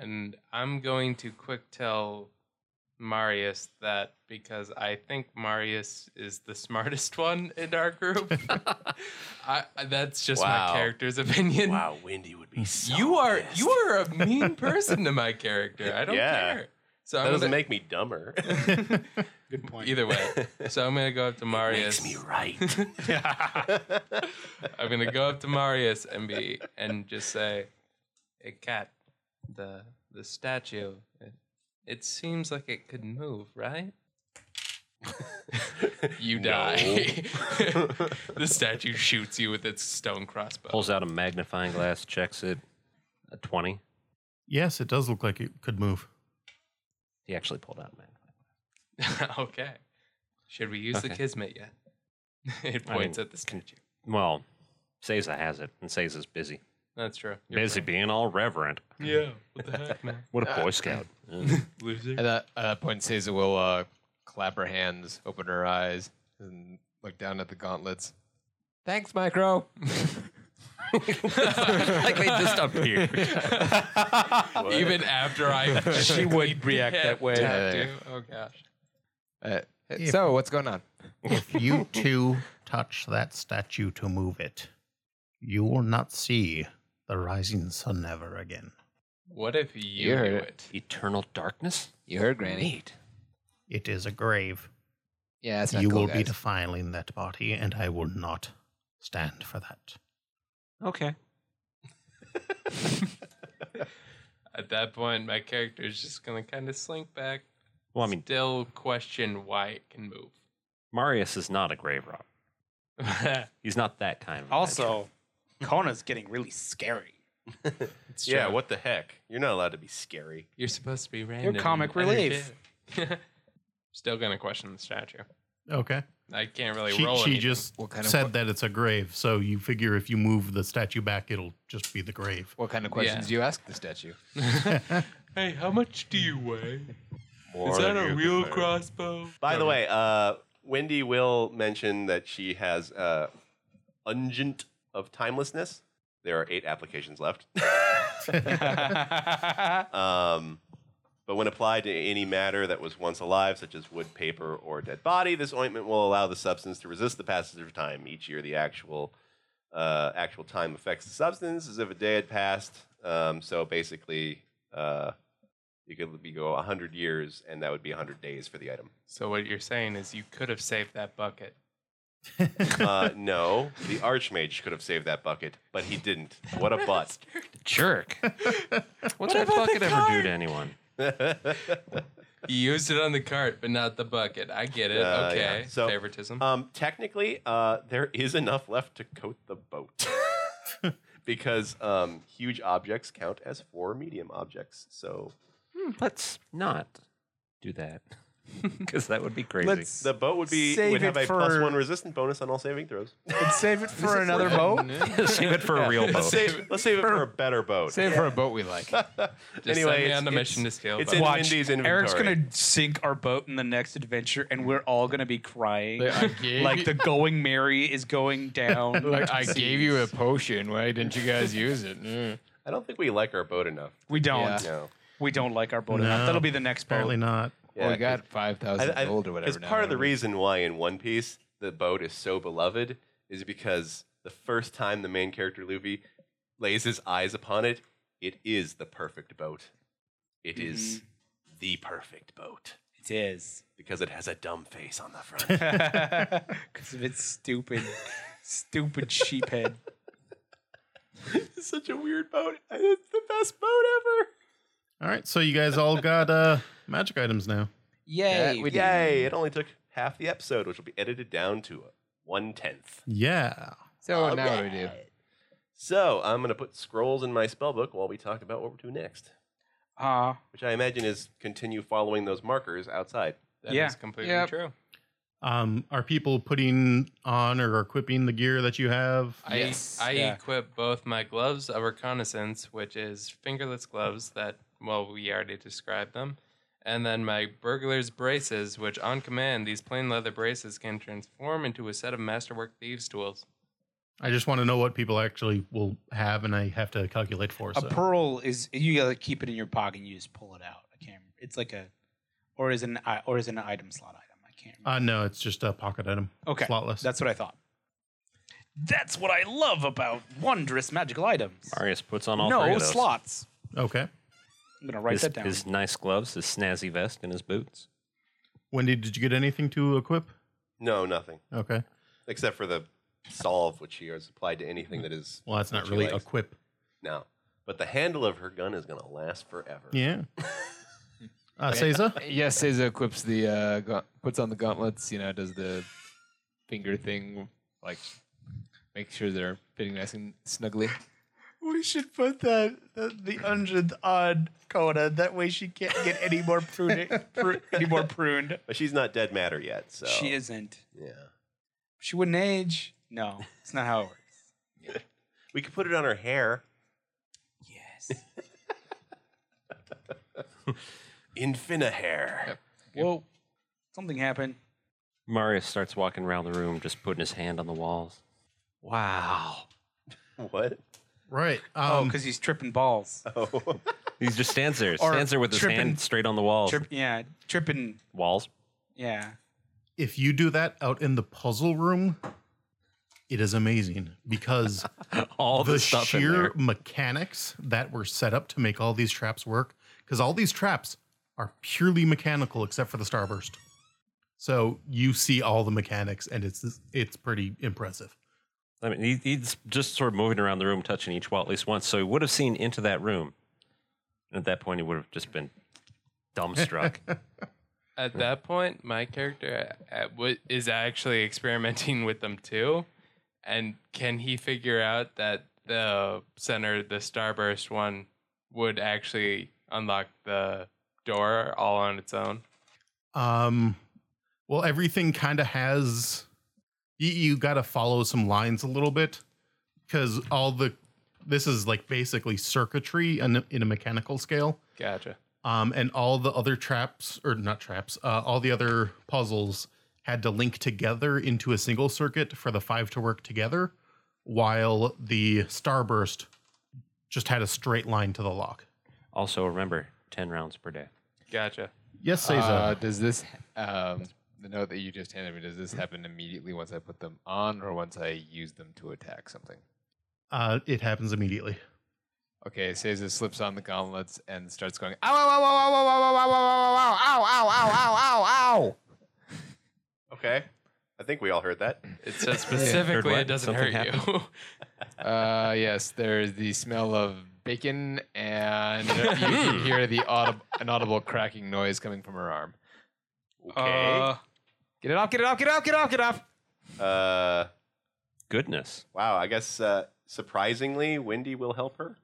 B: And I'm going to quick tell Marius that because I think Marius is the smartest one in our group. I, I- that's just
E: Wow.
B: my character's opinion.
E: Wow, Wendy would be. So
B: You are
E: pissed.
B: you are a mean person to my character. I don't
E: Yeah.
B: care. So
E: That
B: I'm
E: doesn't
B: gonna,
E: make me dumber.
C: Good point.
B: either way. So I'm gonna go up to Marius.
E: right.
B: I'm gonna go up to Marius and be and just say, "Hey, cat, the the statue. It, it seems like it could move, right?" you die. the statue shoots you with its stone crossbow.
G: Pulls out a magnifying glass, checks it. A twenty.
A: Yes, it does look like it could move.
G: He actually pulled out a magnifying.
B: okay. Should we use the
G: Okay.
B: kismet yet? it
G: I
B: points
G: mean,
B: at the statue.
G: Well, Seiza has it, and Seiza's busy.
B: That's true. You're
G: Busy being all reverent.
B: right. Yeah. What the heck, man?
G: What a Boy Scout.
B: Loser.
I: At that, at that point, Caesar will uh, clap her hands, open her eyes, and look down at the gauntlets. Thanks, Micro.
G: like they just appeared.
B: Even after I,
J: She would react that way.
B: Tapped
I: Yeah.
B: you. Oh gosh.
I: Uh, so, what's going on?
A: if you two touch that statue to move it, you will not see the rising sun ever again.
B: What if you
I: You
B: do
I: heard
B: it?
G: Eternal darkness?
I: You heard Granny.
G: Neat.
A: It is a grave.
I: Yeah, that's not
A: you
I: cool,
A: will be
I: guys.
A: defiling that body, and I will not stand for that.
G: Okay.
B: At that point, my character is just gonna kind of slink back.
G: Well, I mean,
B: still question why it can move.
G: Marius is not a grave robber. He's not that kind of. a
J: Also,
C: Kona's getting really scary.
B: It's
E: yeah,
B: true.
E: what the heck? You're not allowed to be scary.
B: You're supposed to be random.
J: comic
B: and
J: relief.
B: energetic. still gonna question the statue.
A: Okay.
B: I can't really
A: she
B: roll.
A: she
B: anything.
A: just
I: What kind of
A: said that it's a grave, so you figure if you move the statue back, it'll just be the grave.
I: What kind of questions
B: Yeah.
I: do you ask the statue?
B: Hey, how much do you weigh?
E: More
B: Is that
E: than you
B: a
E: can
B: real
E: bear.
B: crossbow?
E: By the way, uh, Wendy will mention that she has uh, Ungent of Timelessness. There are eight applications left. um, but when applied to any matter that was once alive, such as wood, paper, or dead body, this ointment will allow the substance to resist the passage of time. Each year, the actual uh, actual time affects the substance as if a day had passed. Um, so basically, uh, you could be go 100 years, and that would be 100 days for the item.
B: So what you're saying is you could have saved that bucket.
E: Uh, no, the Archmage could have saved that bucket, but he didn't. What a butt.
G: Jerk. What's that bucket ever do to anyone?
B: He used it on the cart, but not the bucket. I get it.
E: Uh,
B: okay.
E: yeah. So-
B: Favoritism.
E: Um, technically, uh, there is enough left to coat the boat because um, huge objects count as four medium objects. So
G: Hmm, Let's not do that because that would be crazy.
C: Let's
E: the boat would be
C: Save
E: would have
C: it
E: a plus
C: for-
E: one resistant bonus on all saving throws.
C: Let's save it for another boat.
G: Save it for a real boat.
E: save, let's save it for a better boat.
I: Save for a boat we like.
B: Just
E: anyway,
B: send me
E: it's-
B: on the mission to
E: it's-
B: steal.
E: it's
B: but
E: in
C: Watch,
E: Wendy's inventory.
C: Eric's gonna sink our boat in the next adventure, and we're all gonna be crying.
I: Like, I gave
C: like
I: you-
C: the going merry is going down.
I: Like I gave you a potion. Why didn't you guys use it? Mm.
E: I don't think we like our boat enough.
C: we don't.
I: Yeah.
E: No.
C: We don't like our boat
A: No.
C: enough. That'll be the next boat.
A: Apparently not.
I: Well,
E: Yeah,
I: we got five thousand gold or whatever.
E: Because
I: now,
E: part of the
I: don't we?
E: reason why in One Piece the boat is so beloved is because the first time the main character Luffy lays his eyes upon it, it is the perfect boat. It is
I: Mm-hmm.
E: the perfect boat
C: It is.
E: because it has a dumb face on the front.
C: Because of its stupid, stupid sheephead.
E: it's such a weird boat. It's the best boat ever.
A: All right, so you guys all got uh, magic items now.
C: Yay!
I: Yeah, we did.
E: Yay! It only took half the episode, which will be edited down to one tenth.
A: Yeah.
I: So now we do.
E: So I'm gonna put scrolls in my spellbook while we talk about what we're doing next.
C: Uh,
E: which I imagine is continue following those markers outside.
B: that
C: yeah.
B: is completely
I: Yep.
B: true.
A: Um, are people putting on or equipping the gear that you have?
B: I,
I: Yes.
B: I
C: Yeah.
B: equip both my gloves of reconnaissance, which is fingerless gloves that, well, we already described them, and then my burglar's braces, which on command, these plain leather braces can transform into a set of masterwork thieves' tools.
A: I just want to know what people actually will have, and I have to calculate for.
C: a
A: So.
C: pearl is you gotta keep it in your pocket. and You just pull it out. I can't. Remember. It's like a, or is it an i- or is it an item slot item? I can't. Remember.
A: uh, no, it's just a pocket item.
C: Okay.
A: Uh, Slotless.
C: That's what I thought. That's what I love about wondrous magical items.
G: Marius puts on all three
C: No
G: of those.
C: slots.
A: okay.
C: I'm gonna write
G: his,
C: that down.
G: his nice gloves, his snazzy vest, and his boots.
A: Wendy, did you get anything to equip?
E: No, nothing
A: Okay.
E: except for the solve, which she has applied to anything that is
A: Well, that's not
E: She
A: really
E: likes-
A: equip.
E: now. But the handle of her gun is going to last forever.
A: Yeah. Uh, Seiza?
I: Yes, Seiza equips the uh, gaunt- puts on the gauntlets. You know, does the finger thing, like make sure they're fitting nice and snugly.
H: We should put that the, the undred on Coda. That way she can't get any more pruning.
C: Be more pruned.
E: But she's not dead matter yet, so
C: She isn't.
E: Yeah,
C: She wouldn't age. No, it's not how it works.
E: we could put it on her hair.
C: Yes.
E: Infina hair.
C: Whoa. Something happened.
G: Marius starts walking around the room, just putting his hand on the walls. Wow.
E: What?
A: Right.
C: Oh,
A: Um,
C: because he's tripping balls.
E: Oh,
G: He just stands there,
C: Or
G: stands there with his
C: tripping-
G: hand straight on the walls.
C: Trip, yeah, tripping.
G: walls.
C: Yeah.
A: if you do that out in the puzzle room, it is amazing because
G: All the,
A: the
G: stuff in
A: sheer
G: there.
A: mechanics that were set up to make all these traps work, because all these traps are purely mechanical except for the starburst. So you see all the mechanics, and it's it's pretty impressive.
G: I mean, he, he's just sort of moving around the room, touching each wall at least once. So he would have seen into that room. And at that point, he would have just been dumbstruck.
B: At that point, my character at, what is actually experimenting with them too, and can he figure out that the center, the starburst one, would actually unlock the door all on its own?
A: Um, well, everything kind of has you, you got to follow some lines a little bit because all the this is like basically circuitry in, a- in a mechanical scale.
B: Gotcha.
A: Um, and all the other traps or not traps, uh, all the other puzzles had to link together into a single circuit for the five to work together, while the starburst just had a straight line to the lock.
G: also, remember 10 rounds per day.
B: Gotcha.
A: Yes, Seiza.
I: Uh, does this um, the note that you just handed me? Does this happen immediately once I put them on, or once I use them to attack something?
A: uh, it happens immediately.
I: Okay, Seiza slips on the gauntlets and starts going, ow, ow, ow, ow, ow, ow, ow, ow, ow, ow, ow, ow, ow, ow, ow, ow, ow.
E: okay. I think we all heard that.
B: It says specifically
G: what?
B: it doesn't
G: Something
B: hurt you.
I: Uh, yes, there's the smell of bacon, and you
B: Hmm.
I: can hear the audib- an audible cracking noise coming from her arm.
C: Uh,
E: Okay.
I: Get it off! Get it off! Get it off! Get it off! Get it off!
E: Uh,
G: Goodness.
E: wow. I guess uh, surprisingly, Wendy will help her.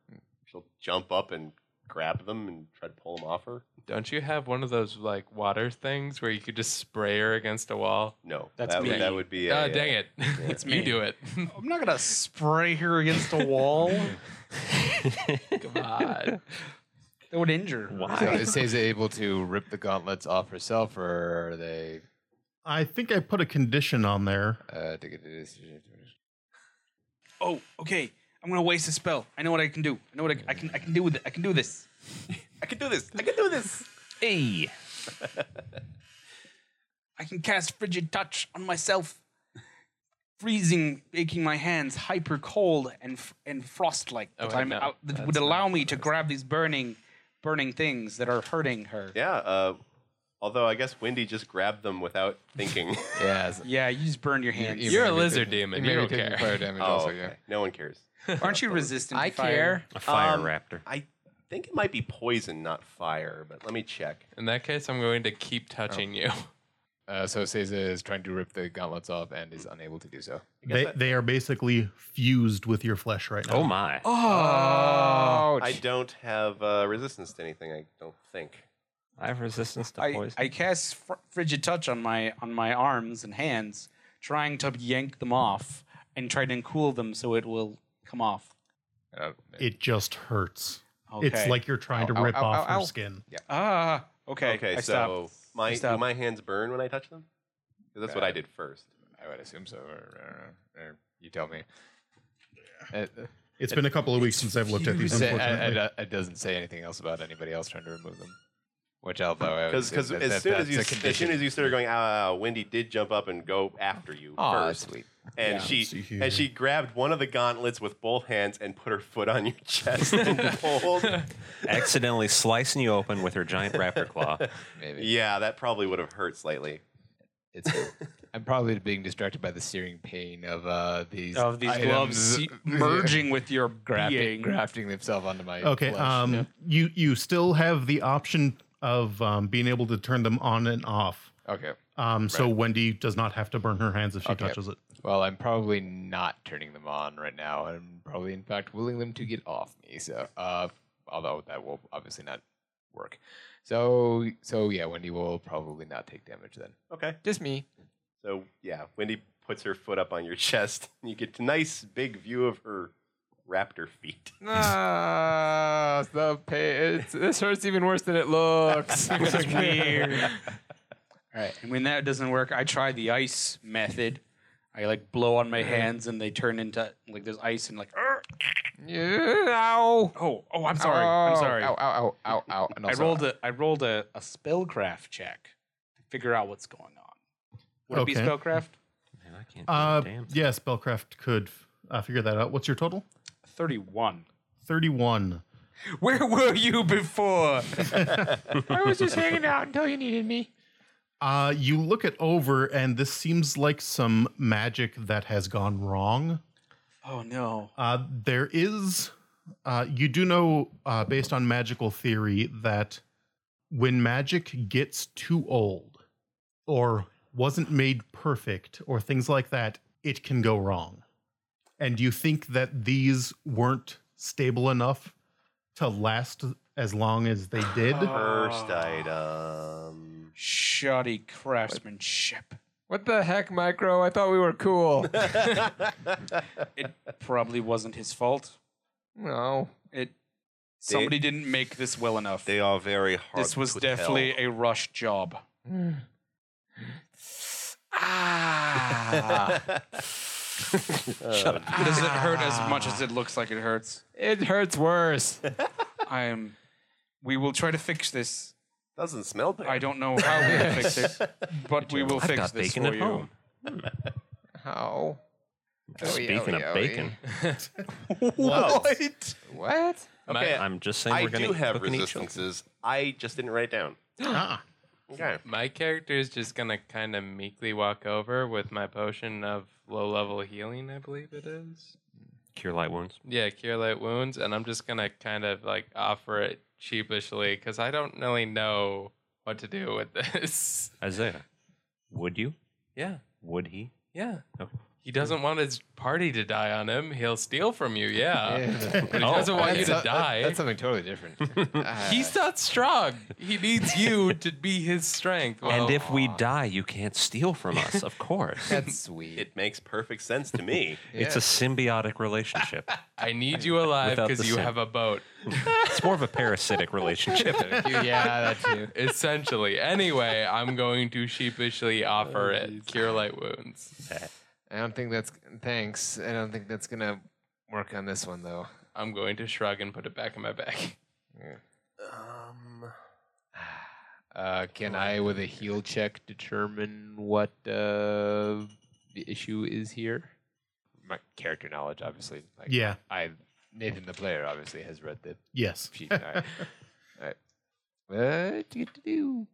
E: She'll jump up and grab them and try to pull them off her.
B: Don't you have one of those like water things where you could just spray her against a wall?
E: No,
C: That's
E: that, would-
C: me.
E: that would be.
B: Oh,
E: a- uh,
B: dang it.
C: It's
B: you
C: me.
B: do it.
H: I'm not gonna spray her against a wall.
B: Come on.
C: That would injure. her.
I: So
G: Why?
I: is Taze able to rip the gauntlets off herself, or are they?
A: I think I put a condition on there.
I: Uh, to get it-
C: Oh, okay. I'm gonna waste a spell. I know what I can do. I know what I, I can. I can do with it. I can do this.
E: I can do this. I can do this.
G: Hey.
C: I can cast frigid touch on myself, freezing, making my hands hyper cold and f- and frost like.
B: Oh,
C: that
B: wait,
C: I'm
B: no.
C: out- that would
B: That's not
C: allow me
B: what
C: to
B: I was
C: grab these burning, burning things that are hurting her.
E: Yeah. Uh, although I guess Wendy just grabbed them without thinking.
I: Yes.
C: Yeah, you just burn your hands.
I: you-
B: You're a
I: maybe
B: lizard
I: taking-
B: demon.
I: may
B: You
I: be
B: don't
I: taking
B: care. Oh,
I: Fire damage also.
E: Oh, okay.
I: Yeah.
E: No one cares.
C: Aren't you resistant? to fire?
G: A fire
E: Um,
G: raptor.
E: I think it might be poison, not fire, but let me check.
B: In that case, I'm going to keep touching you.
I: Uh, so Seiza is trying to rip the gauntlets off and is unable to do so.
A: They, they are basically fused with your flesh right now.
G: Oh my.
I: Oh,
E: I don't have uh, resistance to anything, I don't think.
G: I have resistance to
C: I,
G: poison.
C: I cast fr- frigid touch on my on my arms and hands, trying to yank them off and trying to cool them so it will come off.
A: It just hurts.
C: Okay.
A: It's like you're trying to
I: Ow, ow,
A: rip
I: ow,
A: off
I: ow,
A: your
I: ow.
A: skin.
C: ah okay.
E: Okay,
C: I
E: so
C: stopped. I
E: my do
C: stopped. Uh,
E: my hands burn when I touch them? 'Cause that's what I did first.
I: I would assume so. Or, or, or you tell me. Uh, It,
A: It's been a couple of weeks since I've looked at these.
I: say, I- I-
A: Unfortunately,
I: it, doesn't say anything else about anybody else trying to remove them. Which although I would
E: Because
I: assume that-
E: as
I: that
E: soon as
I: that's
E: you
I: a
E: as soon
I: condition.
E: as you started going, ah, Wendy did jump up and go after you
I: Aw,
E: first,
I: sweet.
E: and
A: see
E: she
A: here.
E: and she grabbed one of the gauntlets with both hands and put her foot on your chest and pulled.
G: Accidentally slicing you open with her giant raptor claw.
I: Maybe
E: Yeah, that probably would have hurt slightly.
I: it's. I'm probably being distracted by the searing pain of uh, these
C: of Oh, these
I: items
C: gloves se- merging with your
I: grafting,
C: being.
I: grafting themselves onto my
A: okay.
I: flesh.
A: Um, you you still have the option of um, being able to turn them on and off.
I: okay.
A: Um, so Wendy does not have to burn her hands if she
I: Okay.
A: touches it.
I: Well, I'm probably not turning them on right now. I'm probably, in fact, willing them to get off me. So, uh, although that will obviously not work. So, so yeah, Wendy will probably not take damage then.
E: Okay.
I: Just me.
E: So yeah, Wendy puts her foot up on your chest, and you get a nice big view of her raptor feet.
I: Ah, the pain. It's, this hurts even worse than it looks.
C: It's weird. All right. And when that doesn't work, I try the ice method. I like blow on my hands and they turn into like there's ice and like. "Arr!"
I: yeah, ow.
C: Oh, oh, I'm sorry. I'm
I: Ow,
C: sorry.
I: Ow, ow, ow, ow, ow. And
C: I
I: also,
C: rolled a I rolled a, a spellcraft check to figure out what's going on. Would it be
A: Okay.
C: spellcraft?
G: Man, I can't do
A: Uh,
G: damn thing.
A: yeah, spellcraft could uh, figure that out. What's your total?
C: Thirty-one.
A: Thirty-one.
C: Where were you before?
I: I was just hanging out until you needed me.
A: Uh, you look it over, and this seems like some magic that has gone wrong.
C: Oh no.
A: Uh, there is, uh, you do know, uh, based on magical theory, that when magic gets too old or wasn't made perfect or things like that, it can go wrong. And you think that these weren't stable enough to last as long as they did.
E: First item.
C: Shoddy craftsmanship.
I: What the heck, Micro? I thought we were cool.
C: It probably wasn't his fault.
I: no.
C: It somebody didn't make this well enough.
E: They are very hard.
C: this was
E: to
C: definitely
E: tell.
C: a rush job.
I: Ah.
G: Shut
E: Uh,
G: up.
C: Does it hurt as much as it looks like it hurts?
I: It hurts worse.
C: I am. We will try to fix this.
E: Doesn't smell bad.
C: I don't know how we will fix it, but we will
G: I've
C: fix
G: got
C: this
G: bacon
C: for
G: at
C: you.
G: home.
I: How? Oh,
G: Speaking of bacon,
E: What?
I: What?
E: Okay,
G: I'm just saying
E: I
G: we're going
E: do
G: to
E: have
G: cook and eat children.
E: resistances. I just didn't write it down.
A: Ah,
D: Okay.
B: My character is just gonna kind of meekly walk over with my potion of low level healing, I believe it is.
G: Cure light wounds.
B: Yeah, cure light wounds, and I'm just gonna kind of like offer it sheepishly because I don't really know what to do with this.
G: Isaiah, would you?
B: Yeah,
G: Would he? Oh.
B: yeah.
G: Okay.
B: He doesn't want his party to die on him. He'll steal from you, yeah. But he doesn't want you to die.
I: That's something totally different. Uh,
B: He's not strong. He needs you to be his strength. Well,
G: and if we die, you can't steal from us, of course.
I: that's sweet.
E: It makes perfect sense to me.
G: It's a symbiotic relationship.
B: I need you alive
G: Without
B: because
G: the
B: you
G: sin.
B: have a boat.
G: It's more of a parasitic relationship.
I: yeah, that too.
B: Essentially. Anyway, I'm going to
E: Oh,
B: sheepishly offer it. Cure light wounds.
I: I don't think that's. Thanks. I don't think that's gonna work on this one though.
B: I'm going to shrug and put it back in my bag.
E: Um,
I: Uh, can I, with a heal check, determine what uh, the issue is here? My character knowledge, obviously. Like,
A: Yeah.
I: I Nathan, the player, obviously has read the
A: Yes.
I: sheet. All right. All right. What do you get to do?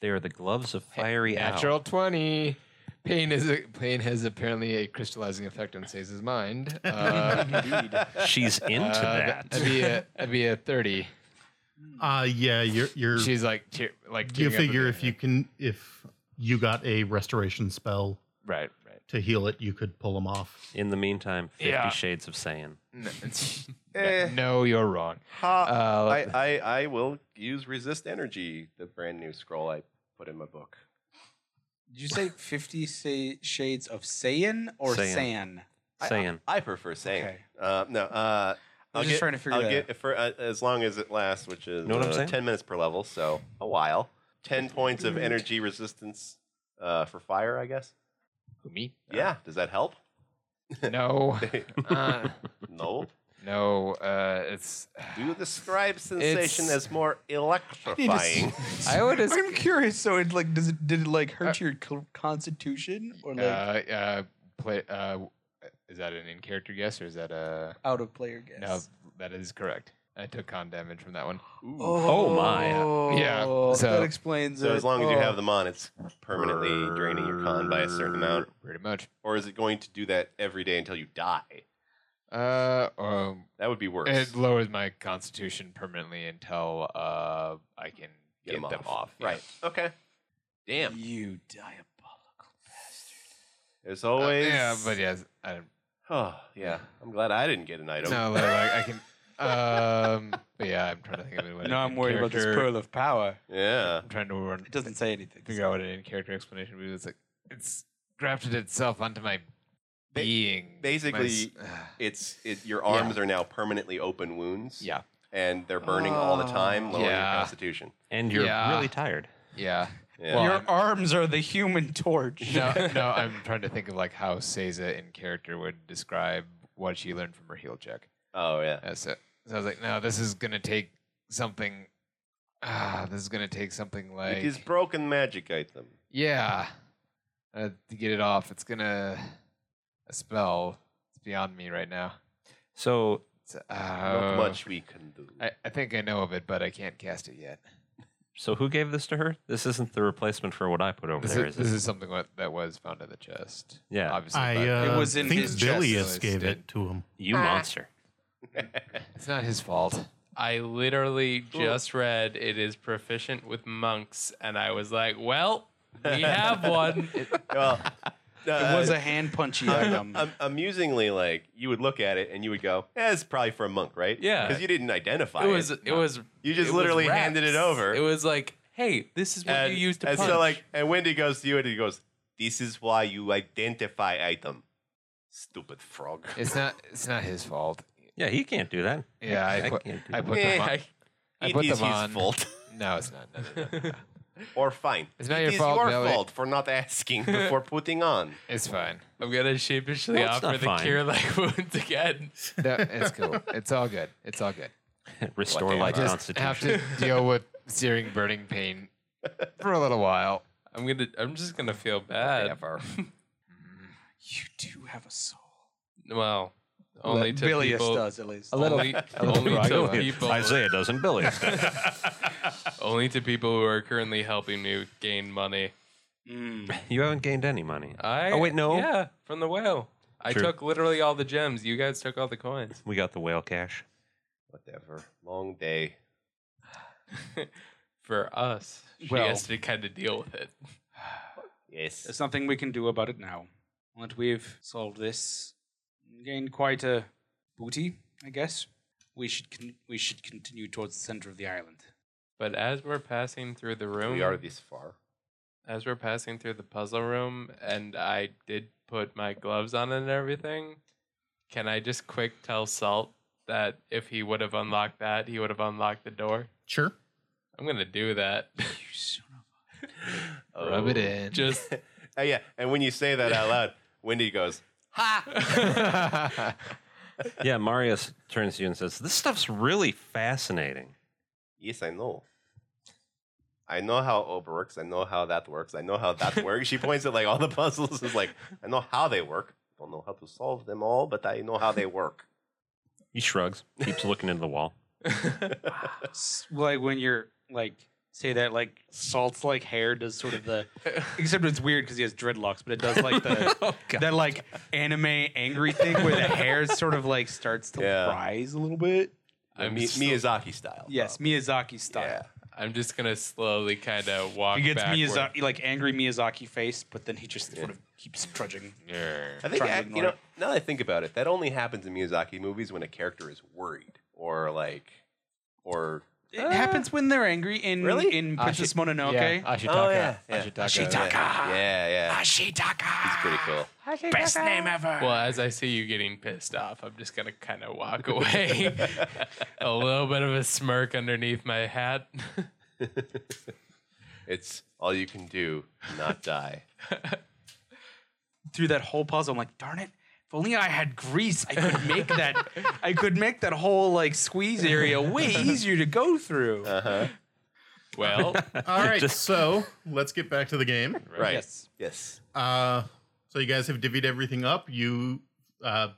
G: They are the gloves of fiery
I: Natural
G: owl.
I: twenty. Pain is a, pain has apparently a crystallizing effect on Saze's mind. Uh,
G: She's into
I: uh,
G: that.
I: That'd be a that'd be a thirty.
A: Uh yeah, you're you're
I: She's like tear, like.
A: you
I: tearing up a
A: figure
I: bit.
A: if you can if you got a restoration spell
I: right right.
A: to heal it, you could pull them off.
G: In the meantime, Fifty
I: Yeah.
G: Shades of Saiyan.
I: No,
E: Eh.
I: no, you're wrong.
E: ha,
I: Uh,
E: I, I, I will use resist energy, the brand new scroll I put in my book.
C: Did you say Fifty say, Shades of Saiyan or
G: Saiyan.
C: San?
E: I-
G: Saiyan.
E: I prefer saying.
C: Okay.
E: Uh, no, uh,
C: I'm
E: I'll
C: just
E: get-
C: trying to figure
E: I'll
C: that
E: get for uh, as long as it lasts, which is
G: Know what I'm
E: uh,
G: saying?
E: ten minutes per level, so a while. Ten points of energy resistance uh, for fire, I guess.
I: Who, me?
E: yeah, does that help?
I: No. Uh,
E: no.
I: no. Uh, it's.
E: Do describe sensation
I: It's-
E: as more electrifying.
I: I would. as-
H: I'm curious. So it like does it did it like hurt your co- constitution or
I: Uh,
H: like
I: uh, play. Uh, is that an in-character guess or is that a?
H: out of player guess?
I: No, that is correct. I took con damage from that one.
G: Oh, my.
I: Yeah,
H: Oh,
I: so-
H: that explains
E: so
H: it.
E: as long as you
H: Oh.
E: have them on, it's permanently draining your con by a certain amount.
I: Pretty much.
E: Or is it going to do that every day until you die?
I: Uh, um,
E: That would be worse.
I: it lowers my constitution permanently until uh I can get, them, off. yeah.
E: Right. Okay. Damn.
H: Oh, you diabolical bastard.
E: There's
I: Uh,
E: always.
I: yeah, but yes, I don't.
E: Oh yeah, I'm glad I didn't get an item.
I: No, like, like, I can. Um, but yeah, I'm trying to think of it.
C: No, I'm worried about this pearl of power.
E: Yeah.
I: I'm trying to run,
C: It doesn't say anything.
I: figure out what an in-character explanation would be. It's like it's grafted itself onto my
E: Ba-
I: being. my
E: basically,
I: s-
E: It's it, your arms are now permanently open wounds.
I: yeah,
E: And they're burning all the time, lowering
I: Yeah.
E: your constitution.
G: And you're
I: Yeah.
G: really tired.
I: yeah.
E: Yeah.
I: Well,
C: Your
I: I'm-
C: arms are the human torch.
I: no, no, I'm trying to think of like how Seiza in character would describe what she learned from her heal check.
E: oh yeah.
I: That's it. So I was like, no, this is gonna take something. Ah, this is gonna take something like
E: it is broken magic item.
I: Yeah. Uh, to get it off, it's gonna a spell. It's beyond me right now.
G: So
I: It's,
E: Not
I: uh,
E: much we can do.
I: I, I think I know of it, but I can't cast it yet.
G: so who gave this to her? This isn't the replacement for what I put over
I: This
G: there,
I: is,
G: is
I: this
G: it?
I: is something what, that was found in the chest.
G: Yeah.
I: obviously.
A: I
I: but
A: uh,
C: It was in
A: think
C: his
A: Bilius
I: chest.
A: gave it to him.
G: You monster.
I: it's not his fault.
B: I literally just read it is proficient with monks, and I was like, well, we have one.
E: well,
C: It was a hand punchy item.
E: am- amusingly like you would look at it and you would go, eh, "It's probably for a monk, right?"
B: Yeah.
E: because you didn't identify
B: It was.
E: it.
B: It was.
E: You just
B: it was
E: literally
B: wraps.
E: handed it over.
B: It was like, hey, this is what
E: and,
B: you used to
E: and
B: punch.
E: so like, and Wendy goes to you and he goes, "This is why you identify item." Stupid frog.
I: It's not. It's not his fault.
G: Yeah, he can't do that.
I: Yeah, I,
G: I
I: put.
G: can't do
I: I put
E: Eh,
I: them on.
E: I-
I: I
E: it
I: put
E: is
I: them
E: his
I: on.
E: fault.
I: No, it's not. No, no, no, no.
E: or fine.
I: It's not
E: It
I: your
E: is
I: fault,
E: your
I: Billy.
E: fault for not asking before putting on.
I: It's fine.
B: I'm gonna sheepishly
G: No, it's
B: offer
G: not
B: the
G: fine.
B: cure like wounds again.
I: No, it's cool. It's all good. It's all good.
G: Restore
I: I
G: light
I: just
G: constitution.
I: have to deal with searing, burning pain for a little while.
B: I'm gonna. I'm just gonna feel bad.
I: Ever.
H: You do have a soul.
B: Well, Only to
H: Bilious
B: people.
H: does, at least.
B: Only, only to people.
G: Isaiah doesn't. Billy does.
B: Only to people who are currently helping you gain money.
I: Hmm.
G: you haven't gained any money.
B: I.
G: Oh, wait, no.
B: Yeah, from the whale. I
G: True.
B: took literally all the gems. You guys took all the coins.
G: We got the whale cash.
E: Whatever. Long day.
B: For us, she
C: Well-
B: has to kind of deal with it.
E: Yes.
C: There's nothing we can do about it now. Once we've solved this, gained quite a booty, I guess. We should con- we should continue towards the center of the island.
B: But as we're passing through the room,
E: We are this far.
B: as we're passing through the puzzle room and I did put my gloves on and everything, can I just quick tell Salt that if he would have unlocked that, he would have unlocked the door?
A: Sure.
B: I'm gonna do that.
I: Rub it in.
B: just
E: Oh, yeah. And when you say that out loud, Wendy goes,
G: Yeah, Marius turns to you and says, This stuff's really fascinating.
E: Yes, I know. I know how it works. I know how that works. I know how that works. She points at like all the puzzles. Is like I know how they work. Don't know how to solve them all, but I know how they work.
G: He shrugs, keeps looking into the wall.
C: S- like when you're like say that like salt's like hair does sort of the except it's weird because he has dreadlocks but it does like the
E: Oh,
C: that like anime angry thing where the hair sort of like starts to
E: Yeah.
C: rise a little bit
E: i
B: I'm
E: Mi-
B: so-
E: Miyazaki style.
C: yes miyazaki style
E: Yeah.
B: I'm just gonna slowly kinda walk.
C: He gets
B: backward.
C: Miyazaki like angry Miyazaki face, but then he just sort of keeps trudging.
E: I think
C: Trying to
E: I,
C: ignore
E: you know.
C: it.
E: Now that I think about it, that only happens in Miyazaki movies when a character is worried or like, or
C: It happens when they're angry in
E: Really?
C: in Princess Mononoke.
I: Yeah, uh, Ashitaka.
E: yeah.
I: Ashitaka.
E: yeah,
C: Ah,
E: yeah. He's pretty cool.
C: Best name ever.
B: Well, as I see you getting pissed off, I'm just gonna kinda walk away. a little bit of a smirk underneath my hat.
E: It's all you can do, not die.
C: Through that whole puzzle, I'm like, darn it. If only I had grease, I could make that. I could make that whole like squeeze area way easier to go through.
E: Uh, Uh-huh.
B: well,
A: All right. so let's get back to the game.
E: Right.
C: Yes.
E: Yes.
A: Uh, so you guys have divvied everything up. You uh,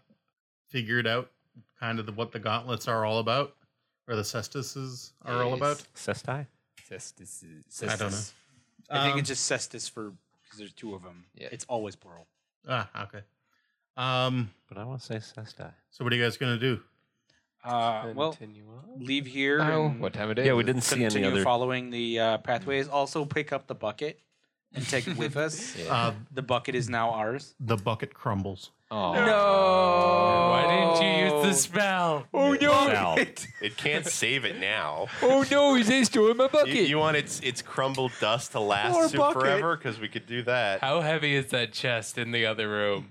A: figured out kind of the, what the gauntlets are all about, or the cestises are all about.
G: Sestai?
I: Cestus.
A: I don't know.
C: I think
A: Um,
C: it's just cestus for because there's two of them.
I: Yeah.
C: It's always plural.
A: Ah, okay. Um,
G: But I want to say Sestai.
A: so what are you guys gonna do?
C: Uh, well,
B: continue on.
C: leave here.
I: Oh,
C: and-
I: what time of day?
G: Yeah,
I: is
G: we
I: it?
G: didn't see any
C: continue
G: other.
C: following the uh, pathways. Also, pick up the bucket and take it with us.
A: Uh,
C: The bucket is now ours.
A: the bucket crumbles.
I: Oh.
B: Why didn't you use the spell?
I: Oh
G: Sal.
E: It can't save it now.
I: oh no! He's in store in my bucket.
E: You, you want its its crumbled dust to last
I: Or
E: su-
I: bucket.
E: forever because we could do that.
B: How heavy is that chest in the other room?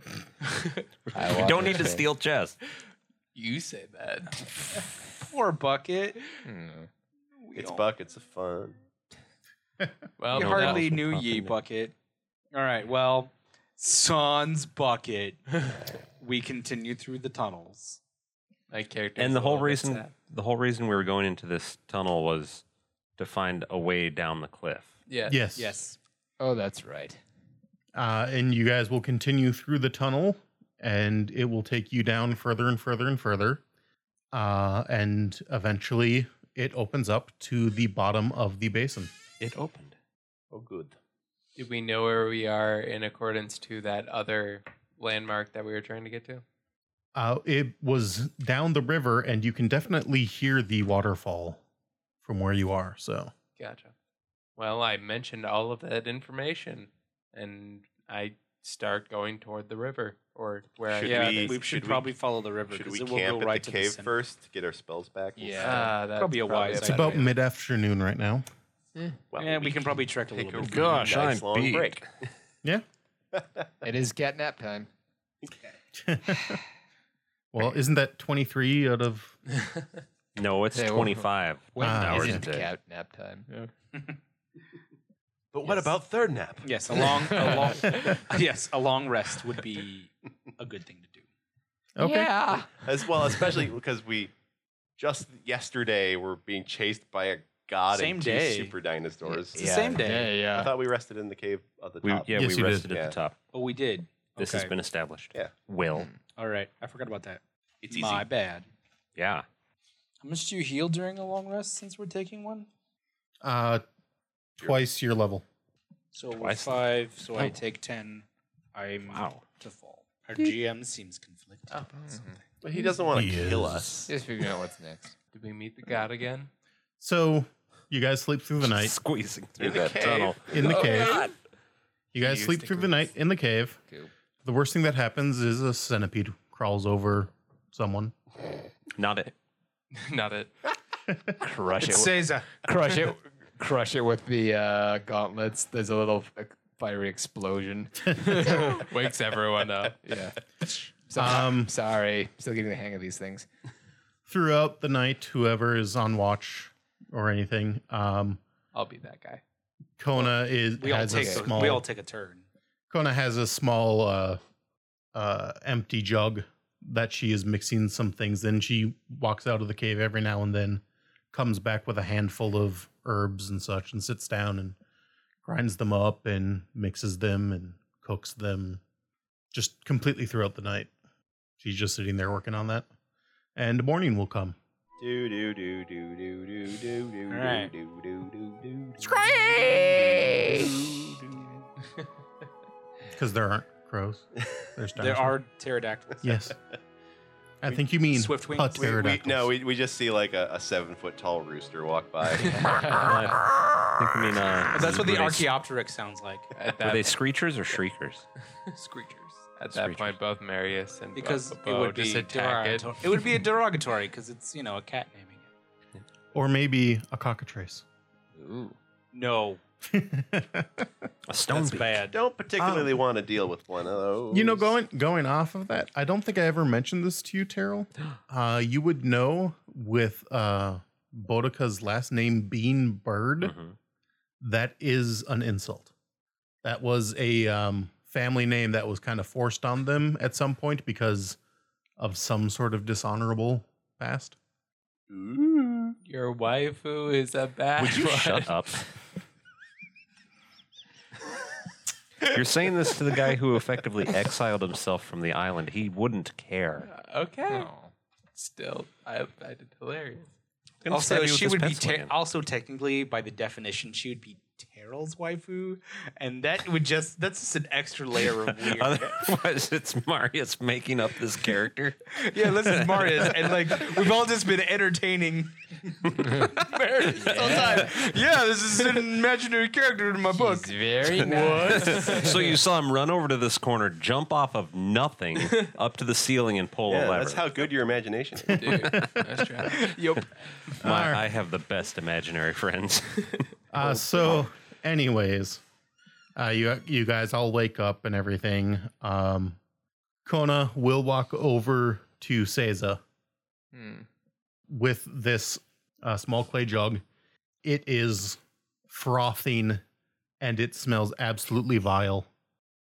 G: You don't need to steal chest.
B: you say that.
C: Poor bucket.
G: Oh,
E: It's buckets of fun.
B: Well,
C: We
B: no,
C: hardly knew
G: pop in
C: ye,
G: there.
C: bucket. All right. Well, sans bucket, we continue through the tunnels.
B: my character.
G: And the whole reason the whole reason we were going into this tunnel was to find a way down the cliff.
B: Yeah.
A: Yes.
C: Uh, Yes.
I: Oh, that's right.
A: Uh, and you guys will continue through the tunnel, and it will take you down further and further and further. Uh, and eventually, it opens up to the bottom of the basin.
G: It opened.
E: Oh, good.
B: Do we know where we are in accordance to that other landmark that we were trying to get to?
A: Uh, it was down the river, and you can definitely hear the waterfall from where you are. So,
B: Gotcha. Well, I mentioned all of that information, and I start going toward the river or where
E: Should
B: I
C: yeah,
E: we-
C: we should, uh,
E: should we-
C: probably follow the river
E: Should we
C: because it
E: camp
C: will go
E: at
C: right
E: the
C: to
E: cave
C: center.
E: first to get our spells back? and
I: Yeah.
E: stuff?
B: Ah, that's
C: Probably a wise
B: better
A: it's
B: idea.
A: about mid afternoon right now.
E: Well,
C: yeah, we can probably trek a
E: take
C: little
E: a
C: bit.
G: Gosh,
E: nice
G: I'm
E: long
G: beat.
E: break.
A: Yeah.
I: It is cat nap time.
A: Well, isn't that 23 out of.
G: No, it's
I: They opened.
G: twenty five.
I: When
A: Ah,
I: is
A: yeah.
I: it cat nap time?
E: But what about third nap?
C: Yes, a long, a long, yes, a long rest would be a good thing to do.
A: Okay.
I: Yeah.
E: As well, especially because we just yesterday were being chased by a god
C: Same
E: and two
C: day.
E: super dinosaurs.
C: It's the same day.
I: Yeah,
E: I
I: yeah.
E: thought we rested in the cave at the
G: We,
E: top.
G: yeah,
A: Yes, you
G: we
A: did.
G: rested at
E: Yeah.
G: the top.
C: Oh, we did.
G: This
C: Okay. Hmm.
G: has been established.
E: Yeah.
G: Will.
C: All right, I forgot about that.
E: It's easy.
C: My bad.
G: Yeah.
C: How much do you heal during a long rest since we're taking one?
A: Uh, twice your level.
C: So
G: Twice the-
C: five, so I
G: Oh.
C: take ten. I'm
G: Wow.
C: to fall. Our GM seems conflicted.
E: But he doesn't want to kill
A: Yes.
E: us.
I: Just figuring out what's next.
B: Did we meet the god again?
A: So you guys sleep through the night
G: Squeezing through
E: In the
G: that
E: cave.
G: tunnel.
A: in the
E: Oh,
A: cave.
E: God.
A: You guys
I: Used
A: sleep
I: to
A: through the
I: groups.
A: night in the cave.
I: Cool.
A: The worst thing that happens is a centipede crawls over someone.
G: Not it.
C: Mm-hmm.
B: Not it.
G: Crush it.
C: Caesar.
I: Crush it, crush it with the uh, gauntlets. There's a little f- fiery explosion.
B: Wakes everyone up.
I: Yeah.
A: Um,
I: Sorry, still getting the hang of these things.
A: throughout the night, whoever is on watch or anything, um,
B: I'll be that guy.
A: Kona is
C: We all
A: has a
C: take a,
A: small.
C: we all take a turn.
A: Kona has a small uh, uh, empty jug that she is mixing some things in. She walks out of the cave every now and then, comes back with a handful of herbs and such, and sits down and grinds them up and mixes them and cooks them just completely throughout the night. She's just sitting there working on that. And morning will come.
E: Do do do do do do do do
C: Alright.
E: do do do do.
A: Because there aren't crows. There's
C: There
A: dinosaurs.
C: are pterodactyls.
A: Yes. I think you mean
C: Swift wings.
A: a
C: We- we-
E: We,
A: pterodactyl.
E: no, we, we just see like a, a seven foot tall rooster walk by.
G: uh, I think we mean. Uh,
C: But that's what the
G: were they-
C: Archaeopteryx sounds like.
B: At
G: Were
B: that,
G: they screechers or shriekers?
C: Screechers.
B: at that point, both Marius and
C: Because
B: Bo-
C: it
B: Bo
C: would be
B: Oh, just attack it.
C: derogatory. It. would be a derogatory because it's, you know, a cat naming it.
A: or maybe a cockatrice.
C: No.
G: A stone
C: that's
G: beak.
E: I
C: bad.
E: don't particularly want to deal with one of those.
A: you know, going going off of that, I don't think I ever mentioned this to you, Terrell. Uh, you would know with uh, Bodica's last name being Bird,
G: Mhm.
A: that is an insult. That was a um, family name that was kind of forced on them at some point because of some sort of dishonorable past.
B: Your waifu is a bad
G: Would you
B: one.
G: shut up? You're saying this to the guy who effectively exiled himself from the island. He wouldn't care.
B: Okay. Still, I, I did hilarious.
G: Gonna stab
C: Also,
G: you with
C: she
G: this
C: would be
G: pencil
C: ter-
G: again.
C: also technically by the definition, she would be Terrell's waifu, and that would just that's just an extra layer of Uh, weird.
G: Otherwise, it's Marius making up this character.
C: yeah, this is Marius, and like we've all just been entertaining Marius the whole time. Yeah, this is an imaginary character in my book.
I: It's very nice.
G: so you saw him run over to this corner, jump off of nothing up to the ceiling, and pull a
E: Yeah,
G: lever.
E: that's how good your imagination is.
B: Dude, nice try.
C: Yep.
G: My, I have the best imaginary friends.
A: Uh, so, anyways, uh, you you guys all wake up and everything. Um, Kona will walk over to Seiza with this uh, small clay jug. It is frothing, and it smells absolutely vile.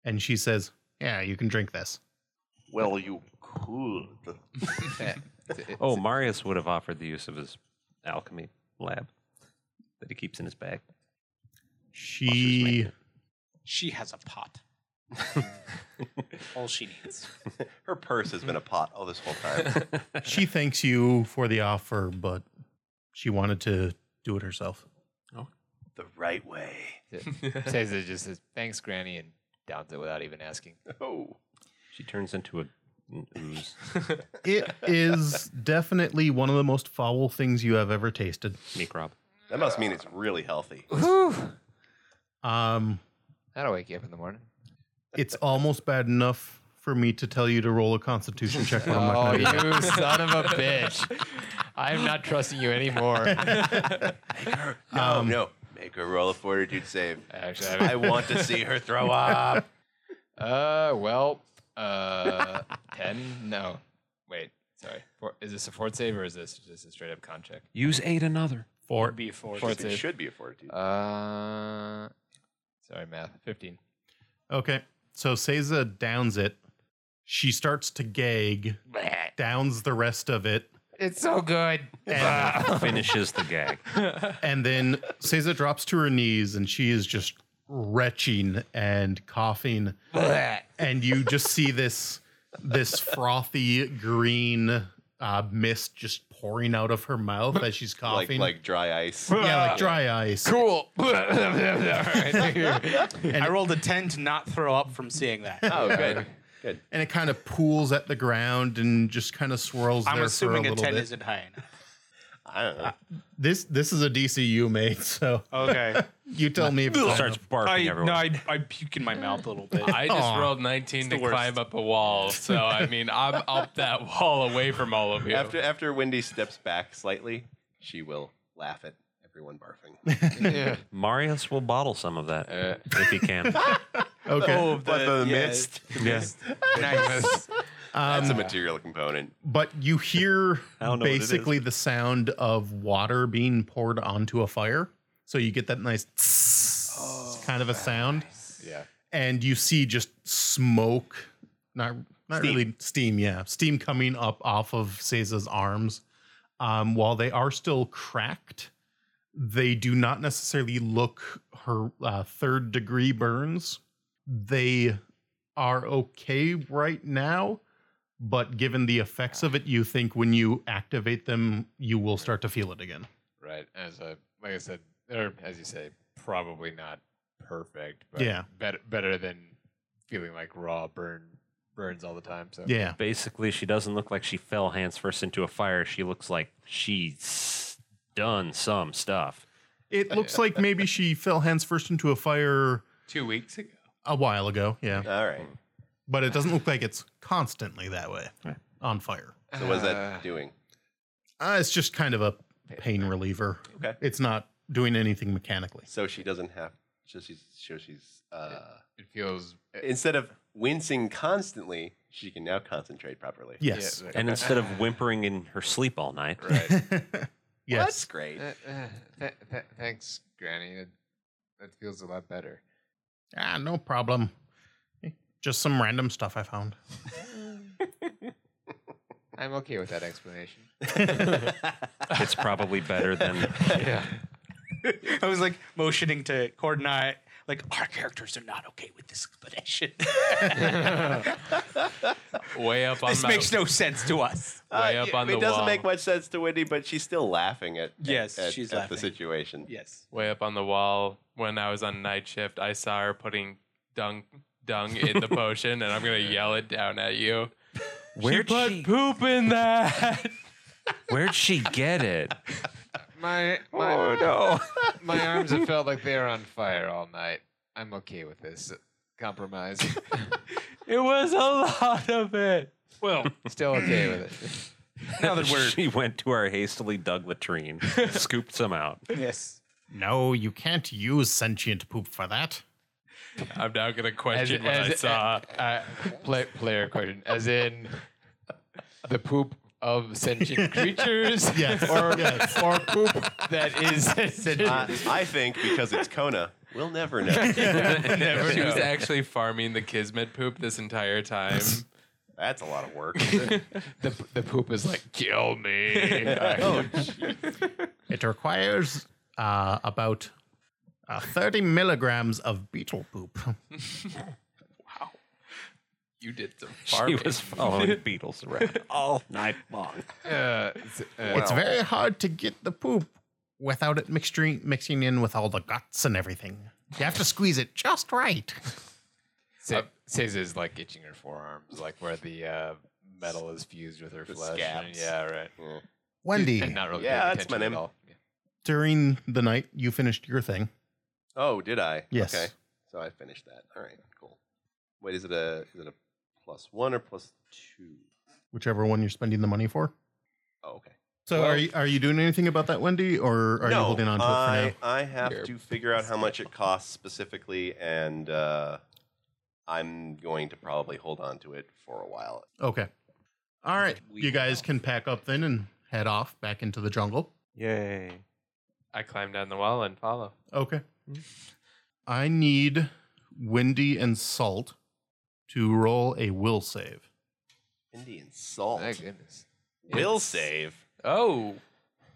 A: And she says, "Yeah, you can drink this."
D: Well, you could.
G: oh, Marius would have offered the use of his alchemy lab that he keeps in his bag.
A: She
C: She has a pot. all she needs.
E: Her purse has been a pot all this whole time.
A: she thanks you for the offer, but she wanted to do it herself.
E: the right way.
I: Says it just says thanks, Granny, and downs it without even asking.
E: Oh,
G: She turns into a an ooze.
A: It is definitely one of the most foul things you have ever tasted.
G: Necrob.
E: that must mean it's really healthy.
A: Um,
I: That'll wake you up in the morning.
A: it's almost bad enough for me to tell you to roll a constitution check. But I'm not
I: Oh,
A: gonna do that.
I: you son of a bitch! I'm not trusting you anymore.
E: No, no. Um, Make her roll a fortitude save.
I: Actually, I
E: I want to see her throw up.
I: Uh, well, uh, ten? No, wait, sorry. For, is this a fort save or is this just a straight up con check?
G: Use aid another.
A: For
C: Before
I: Fort
E: It
I: save.
E: should be a fortitude.
I: Uh, sorry, math. Fifteen.
A: okay, so Seiza downs it. She starts to gag, downs the rest of it,
I: It's so good.
G: Finishes the gag.
A: and then Seiza drops to her knees, and she is just retching and coughing, and you just see this this frothy green uh, mist just pouring out of her mouth as she's
E: like
A: coughing.
E: like dry ice.
A: yeah,
C: uh,
A: like dry ice.
I: Cool. All right.
C: I rolled a 10 to not throw up from seeing that.
E: Oh, good. Good.
A: And it kind of pools at the ground and just kind of swirls
C: I'm
A: there
C: assuming
A: for a
C: a,
A: little
C: 10
A: bit.
C: isn't high enough.
E: I don't know.
A: This this is a DCU made, so
C: Okay.
A: you tell me if it's high
G: Starts
A: enough.
G: barking
C: I,
G: everywhere.
C: no, I, I puke in my mouth a little bit.
K: I just
A: Aw.
K: rolled 19 to
C: worst.
K: climb up a wall, so I mean, I'm up that wall away from all of you.
E: After after Wendy steps back slightly, she will laugh at everyone barfing.
G: Marius will bottle some of that if he can.
A: Okay.
K: Oh,
E: but the mist.
G: yeah.
C: nice.
E: That's a
C: Um,
E: material component.
A: but you hear
G: don't know what it is.
A: basically the sound of water being poured onto a fire. So you get that nice tss kind of a sound.
I: Yeah.
A: And you see just smoke, not not really steam, yeah, steam coming up off of Seza's arms. Um, while they are still cracked, they do not necessarily look her uh, third degree burns. They are okay right now, but given the effects of it, you think when you activate them, you will start to feel it again.
I: Right. As I like I said, or as you say, probably not perfect, but
A: Yeah.
I: better better than feeling like raw burn burns all the time. So
A: Yeah.
G: Basically, she doesn't look like she fell hands first into a fire. She looks like she's done some stuff.
A: It looks like maybe she fell hands first into a fire
B: Two weeks ago.
A: a while ago. Yeah.
E: All right.
A: But it doesn't look like it's constantly that way on fire.
E: So what's that doing?
A: Uh, it's just kind of a pain reliever.
E: Okay.
A: It's not doing anything mechanically.
E: So she doesn't have. So she's. So she's. Uh,
I: it feels eh,
E: instead of wincing constantly, she can now concentrate properly.
A: Yes.
I: Yeah,
G: And instead of whimpering in her sleep all night,
I: right.
A: Yes.
E: That's great.
I: Uh, uh, th- th- thanks, Granny. That, that feels a lot better.
A: Ah, no problem. Eh, Just some random stuff I found.
I: I'm okay with that explanation.
G: it's probably better than
C: I was like motioning to Cord and I, like, our characters are not okay with this explanation.
K: way up on
C: this
K: my,
C: makes no sense to us.
K: way up
E: Uh,
K: on
E: it
K: the
E: doesn't
K: wall.
E: make much sense to Wendy, but she's still laughing at
C: Yes,
E: at,
C: she's
E: at
C: laughing.
E: the situation.
C: Yes.
K: way up on the wall when I was on night shift. I saw her putting dung dung in the potion, and I'm gonna yell it down at you.
G: where'd
K: Put
G: she,
K: poop in that.
G: where'd she get it?
I: My my oh, no. my arms have felt like they are on fire all night. I'm okay with this compromise.
K: it was a lot of it. Well,
I: Still okay with it.
C: Now that we're.
G: she went to our hastily dug latrine, scooped some out.
C: yes.
A: No, you can't use sentient poop for that.
K: I'm now gonna question what I saw.
I: Uh, play, player question, as in the poop of sentient creatures.
A: Yes.
I: Or,
A: yes.
I: or poop that is sentient.
E: Uh, I think because it's Kona, we'll never know.
K: she was actually farming the kismet poop this entire time.
E: That's a lot of work.
I: the, the poop is like kill me. uh,
E: oh,
A: It requires uh, about uh, 30 milligrams of beetle poop.
K: You did some
G: She
K: farming.
G: was following beetles around all night long.
I: Uh, it's, uh,
A: It's very hard to get the poop without it mixing mixing in with all the guts and everything. You have to squeeze it just right.
I: Sa- Sis is like itching her forearms, like where the uh, metal is fused with her flesh. and-
E: scabs.
I: Yeah, right.
A: Wendy,
I: And not really
E: Yeah,
I: paying
E: that's my
I: attention at
E: name.
I: all. Yeah.
A: during the night, you finished your thing.
E: oh, did I?
A: Yes.
E: Okay. So I finished that. All right, cool. Wait, is it a is it a plus one or plus two?
A: whichever one you're spending the money for.
E: Oh, okay.
A: So
E: Well-
A: are you, are you doing anything about that, Wendy, or are you holding on to
E: I,
A: it for now?
E: I have to figure out how much it costs specifically, and uh, I'm going to probably hold on to it for a while.
A: Okay. All right. You guys can pack up then and head off back into the jungle.
G: Yay.
K: I climbed down the wall and follow.
A: Okay.
E: Mm-hmm.
A: I need Wendy and Salt to roll a will save.
E: Indian salt.
I: My goodness.
E: Will save.
K: Oh,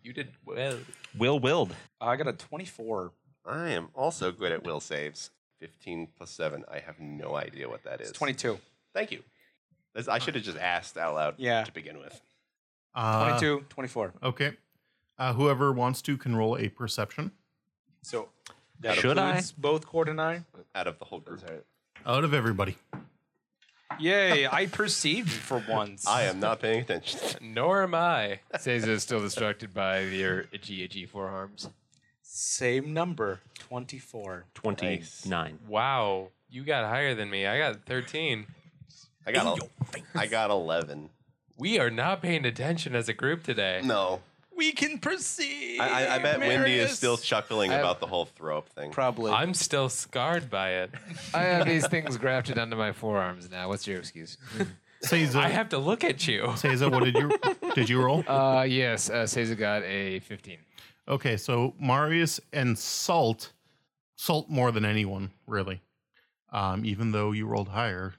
K: you did well.
G: Will willed.
C: I got a 24.
E: I am also good at will saves. 15 plus 7. I have no idea what that is.
C: It's 22.
E: Thank you. That's, I should have just asked out loud
C: Yeah.
E: to begin with.
A: Uh,
C: 22, 24.
A: Okay. Uh, whoever wants to can roll a perception.
C: So
E: Out of,
G: Should I?
C: it's both Cord and I.
E: out of the whole group.
A: Out of everybody.
C: Yay, I perceived for once.
E: I uh, am not paying attention.
K: Nor am I.
I: Seiza is still distracted by their itchy, itchy forearms.
C: Same number, 24.
G: 29.
K: Wow, you got higher than me. I got 13.
E: I got a, I got eleven.
K: We are not paying attention as a group today.
E: No,
H: We can proceed.
E: I, I, I bet Wendy is
H: Marius.
E: still chuckling
I: I-
E: about the whole throw up thing.
I: Probably.
K: I'm still scarred by it.
I: I have these things grafted onto my forearms now. What's your excuse?
A: Seiza,
K: I have to look at you.
A: Seiza, what did you did you roll?
I: uh, yes, uh, Seiza got a 15.
A: Okay, so Marius and Salt, Salt more than anyone really, um, even though you rolled higher,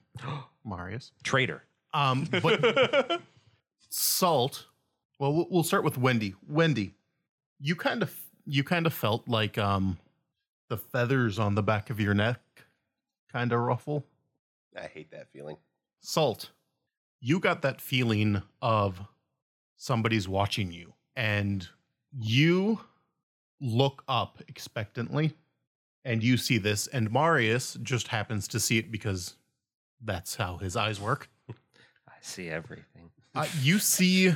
A: Marius.
G: Traitor.
A: Um, but salt. Well, we'll- we'll start with Wendy. Wendy, you kind of you kind of felt like um, the feathers on the back of your neck kind of ruffle.
E: I hate that feeling.
A: Salt, you got that feeling of somebody's watching you, and you look up expectantly, and you see this, and Marius just happens to see it because that's how his eyes work.
G: I see everything.
A: uh, you see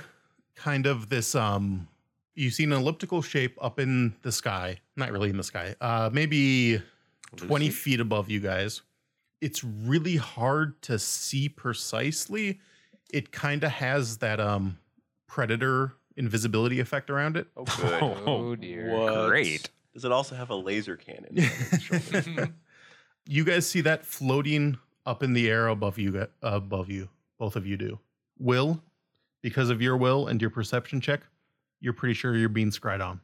A: kind of this um you see an elliptical shape up in the sky not really in the sky uh maybe 20 feet above you guys it's really hard to see precisely it kind of has that um predator invisibility effect around it
E: Oh, good.
I: Oh, dear.
G: Great.
E: Does it also have a laser cannon? on its shoulder?
A: you guys see that floating up in the air above you gu- above you both of you do will because of your will and your perception check you're pretty sure you're being scried on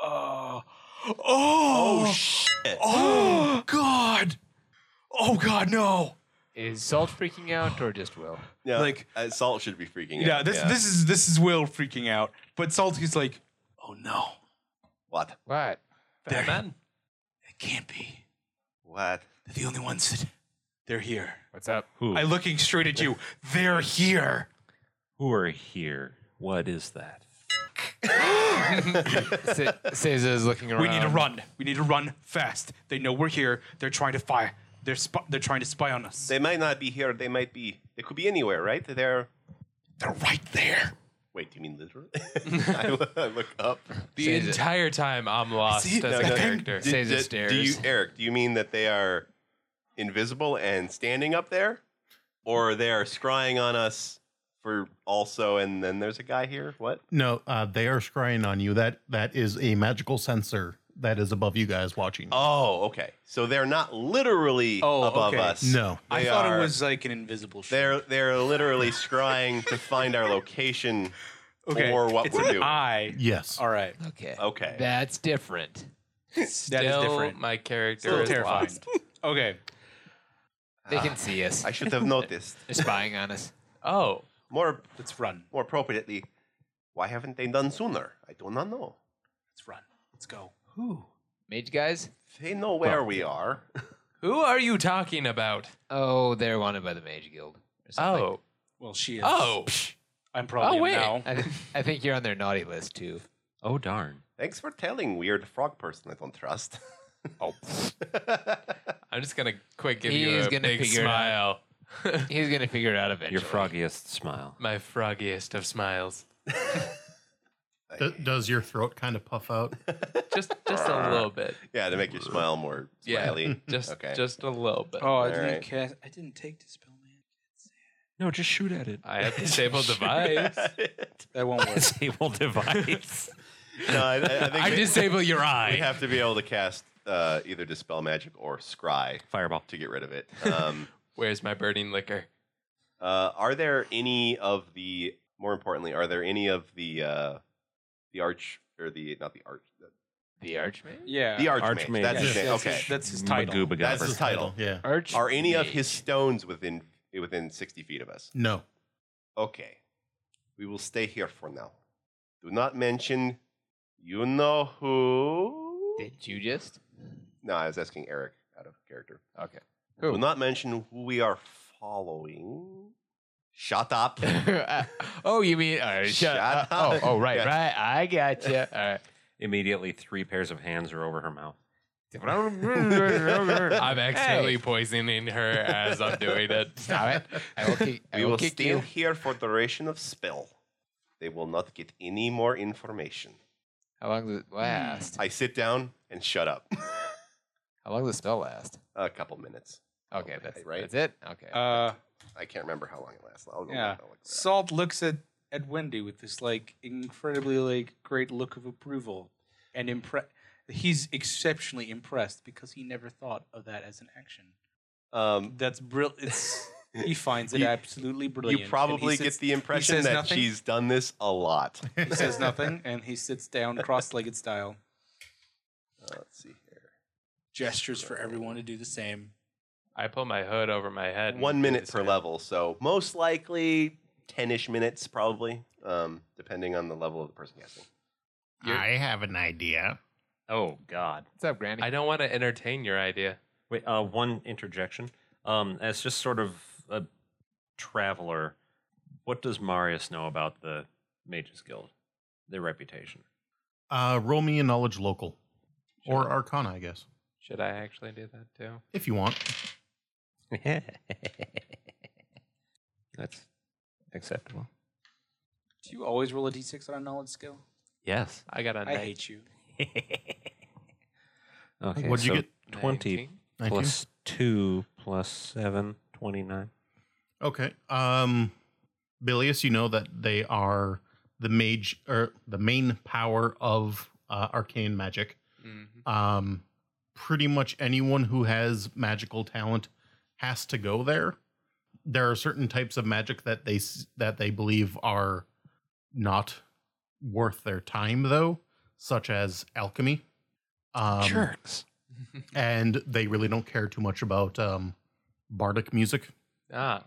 H: Oh. Oh.
E: oh shit!
H: oh God. Oh God, no.
I: Is Salt freaking out or just Will?
E: Yeah,
H: Like-
E: uh, Salt should be freaking out.
H: Yeah, this this is this is Will freaking out. But Salty's like, oh no,
E: what?
I: What?
H: There.
K: Batman?
H: it can't be.
E: What?
H: They're the only ones that they're here.
I: What's up?
G: Who?
H: I'm looking straight at you. They're here.
G: Who are here? What is that?
I: Se- Seiza is looking around.
H: We need to run. We need to run fast. They know we're here. They're trying to spy. They're sp- they're trying to spy on us.
E: They might not be here. They might be. They could be anywhere, right? They're.
H: They're right there.
E: Wait, do you mean literally? I, I look up.
K: The
I: Says it.
K: entire time I'm lost
H: See,
K: as a
H: no, no,
K: character.
E: Do-
I: Say the
E: do-
I: stairs.
E: Do you, Eric? Do you mean that they are invisible and standing up there, or they are scrying on us for also? And then there's a guy here. What?
A: No, uh, they are scrying on you. That that is a magical sensor that is above you guys watching.
E: Oh, okay. So they're not literally
C: Oh,
E: above
C: okay.
E: us.
A: No.
C: I
E: They
C: thought
E: are-
C: it was like an invisible ship.
E: They're they're literally scrying to find our location
C: Okay.
E: for what
C: it's
E: we're
C: an
E: doing.
C: eye.
A: Yes.
C: All right.
I: Okay.
E: Okay.
I: That's different.
K: Still,
C: different.
K: my character
C: Still
K: is
C: terrifying.
K: lost.
C: Okay.
I: They can see us.
E: I should have noticed.
I: They're spying on us.
K: Oh,
E: More
C: Let's run.
E: more appropriately, why haven't they done sooner? I do not know.
C: Let's run. Let's go.
I: Mage guys?
E: They know where we are.
K: who are you talking about?
I: Oh, they're wanted by the Mage Guild. or something.
K: Oh,
C: Well, she is.
K: oh,
C: I'm probably
K: Oh, wait.
C: now.
I: I, th- I think you're on their naughty list too.
G: Oh, darn.
E: Thanks for telling weird frog person I don't trust. oh.
K: I'm just gonna quick give
I: He's
K: you a
I: gonna
K: big
I: figure it
K: smile.
I: He's gonna figure it out eventually.
G: Your froggiest smile.
K: My froggiest of smiles.
A: D- does your throat kind of puff out?
K: Just, just a little bit.
E: yeah, to make you smile more
K: Yeah.
E: smiley.
K: Just,
E: Okay.
K: just a little bit.
C: Oh, I
E: All
C: didn't
E: right.
C: cast. I didn't take dispel man.
G: No, just shoot at it.
K: I have disabled device.
C: That won't work.
G: Disable device.
E: no, I, I I think
K: I
E: we,
K: disable your
E: we
K: eye.
E: have to be able to cast uh, either dispel magic or scry
G: Fireball.
E: to get rid of it. Um,
K: Where's my burning liquor?
E: Uh, are there any of the more importantly, are there any of the uh, the arch or the not the arch the,
I: The Archmage?
C: Yeah.
E: the archmage?
G: Uh, Archmage,
E: That's his
A: yes,
E: name.
C: That's
E: okay.
C: his- That's his title.
E: That's his title.
A: Yeah.
I: Arch.
E: Are any of his stones within within sixty feet of us?
A: No.
E: Okay, we will stay here for now. Do not mention, you know who?
I: Did you just?
E: No, I was asking Eric out of character.
I: Okay.
E: Do not mention who we are following. Shut up.
I: Uh, oh, you mean all right,
E: Shut
I: shut, uh,
E: up.
I: Oh, oh, right,
E: Yeah.
I: right. I got you. All right.
G: Immediately, three pairs of hands are over her mouth.
K: I'm accidentally poisoning her as I'm doing it.
I: Stop it. I will kick, I
E: We
I: will
E: will
I: kick
E: stand
I: you.
E: here for duration of spell. They will not get any more information.
I: How long does it last?
E: I sit down and shut up.
I: How long does the spell last?
E: a couple minutes.
I: Okay, that's
E: right?
I: That's it. Okay.
C: Uh,
E: I can't remember how long it lasts. I'll go
C: Yeah.
E: back and look that up.
C: Salt looks at at Wendy with this like incredibly like great look of approval and impre- he's exceptionally impressed because he never thought of that as an action.
E: Um,
C: That's brill it's he finds it
E: You-
C: absolutely brilliant.
E: you
C: and
E: probably
C: he sits-
E: get the impression
C: says
E: that
C: nothing?
E: she's done this a lot. Uh,
C: he says nothing and he sits down cross-legged style,
E: let's see here.
C: gestures for everyone to do the same.
K: I put my hood over my head. and
E: One
K: do
E: minute
K: the
E: per
K: same.
E: level, so most likely ten-ish minutes, probably, um, depending on the level of the person guessing.
A: I have an idea.
G: Oh God.
I: What's up, Granny?
K: I don't want to entertain your idea.
G: Wait, uh, one interjection. Um, as just sort of a traveler, what does Marius know about the Mages Guild? Their reputation.
A: Uh, roll me a knowledge local or arcana, I guess,
K: Should I actually do that too?
A: if you want.
G: That's acceptable.
C: Do you always roll a d6 on a knowledge skill?
G: Yes.
K: I got a
C: I
K: nine-
C: hate you.
G: Okay.
A: What'd you
G: so
A: get?
G: 20
K: 19.
A: Nineteen?
G: plus 2 plus 7, 29.
A: Okay. Um, Bilius, you know that they are the mage or the main power of uh, arcane magic.
K: Mhm.
A: Um, pretty much anyone who has magical talent has to go there. There are certain types of magic that they s- that they believe are not worth their time, though, such as alchemy. Um,
G: Jerks.
A: and they really don't care too much about um, bardic music
K: Ah,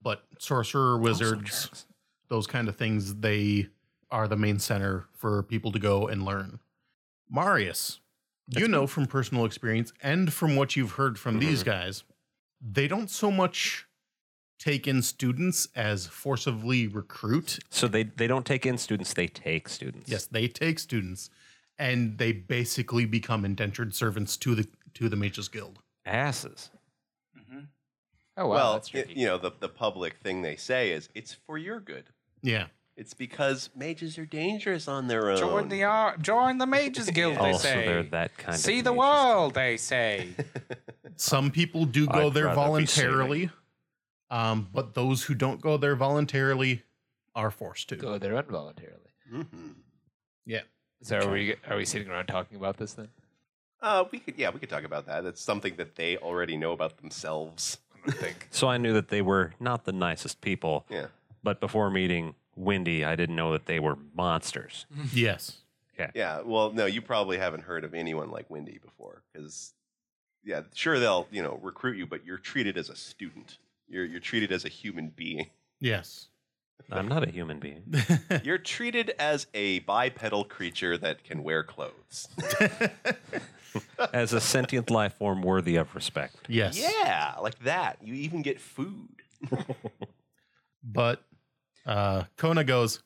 A: but sorcerer wizards those kind of things they are the main center for people to go and learn marius you know from personal experience and from what you've heard from these guys they don't so much take in students as forcibly recruit
G: So they, they don't take in students, they take students.
A: yes they take students and they basically become indentured servants to the to the mages guild
G: Asses.
I: oh, wow.
E: well,
I: that's
E: y-
I: tricky.
E: you know, the, the public thing they say is it's for your good.
A: yeah
E: It's because mages are dangerous on their own.
C: Join the ar- join the mages guild. they
G: Uh, also,
C: say.
G: they're that kind
C: See
G: of
C: the
G: mages.
C: world, they say.
A: Some people do go
G: I'd
A: there
G: rather be sailing.
A: voluntarily, um, but those who don't go there voluntarily are forced to.
I: go there involuntarily.
E: hmm
I: So are we are we sitting around talking about this then?
E: Uh, we could, yeah, we could talk about that. It's something that they already know about themselves.
I: I think.
G: So I knew that they were not the nicest people.
E: Yeah.
G: But before meeting Wendy, I didn't know that they were monsters.
A: Yes.
E: Yeah. Well, no, you probably haven't heard of anyone like Wendy before, because yeah, sure they'll you know recruit you, but you're treated as a student. You're you're treated as a human being.
A: Yes.
G: I'm not a human being.
E: You're treated as a bipedal creature that can wear clothes.
G: As a sentient life form worthy of respect.
A: Yes.
E: yeah, like that. You even get food.
A: But uh, Kona goes,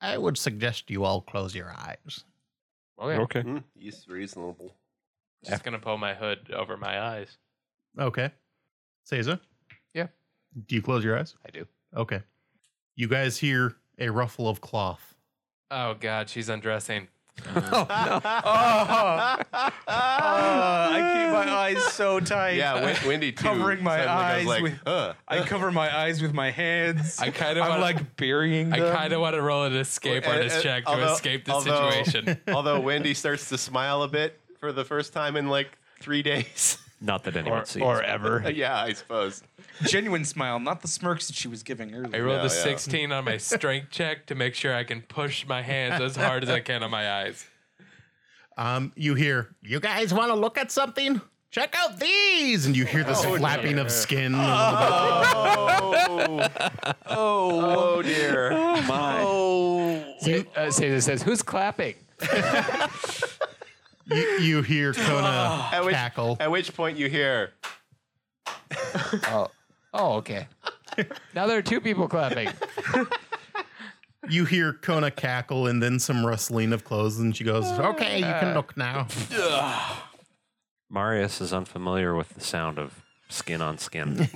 A: I would suggest you all close your eyes.
I: Okay.
E: Hmm, it's reasonable.
K: just gonna pull my hood over my eyes.
A: Okay. Seiza?
I: Yeah.
A: Do you close your eyes?
I: I do.
A: Okay. You guys hear a ruffle of cloth.
K: Oh God, she's undressing.
H: Uh, I keep my eyes so tight.
E: Yeah, Wen- Wendy too.
H: Covering my
E: suddenly goes
H: eyes
E: like,
H: with-
E: "Huh."
H: I cover my eyes with my hands.
K: I kind of
H: I'm
K: wanna,
H: like burying
K: I
H: them.
K: kind of want to roll an escape
E: Uh,
K: artist
E: uh,
K: check to
E: although-
K: escape the
E: although-
K: situation.
A: Um,
E: Although Wendy starts to smile a bit for the first time in like three days.
G: Not that anyone sees.
I: Or ever.
E: yeah, I suppose.
C: Genuine smile, not the smirks that she was giving
K: I
C: earlier.
K: rolled
E: Yeah,
K: a
E: yeah.
K: 16 on my strength check to make sure I can push my hands as hard as I can on my eyes.
A: Um, you hear, you guys want to look at something? Check out these! And you hear this flapping of skin.
I: Oh.
E: Oh, oh, dear. Oh my. Oh.
I: Say, uh, Caesar says, "Who's clapping?"
A: you, you hear Kona
E: At which,
A: cackle.
E: at which point you hear,
I: Oh, oh, okay. Now there are two people clapping.
A: You hear Kona cackle and then some rustling of clothes, and she goes, "Okay, you can look now."
G: Marius is unfamiliar with the sound of skin on skin.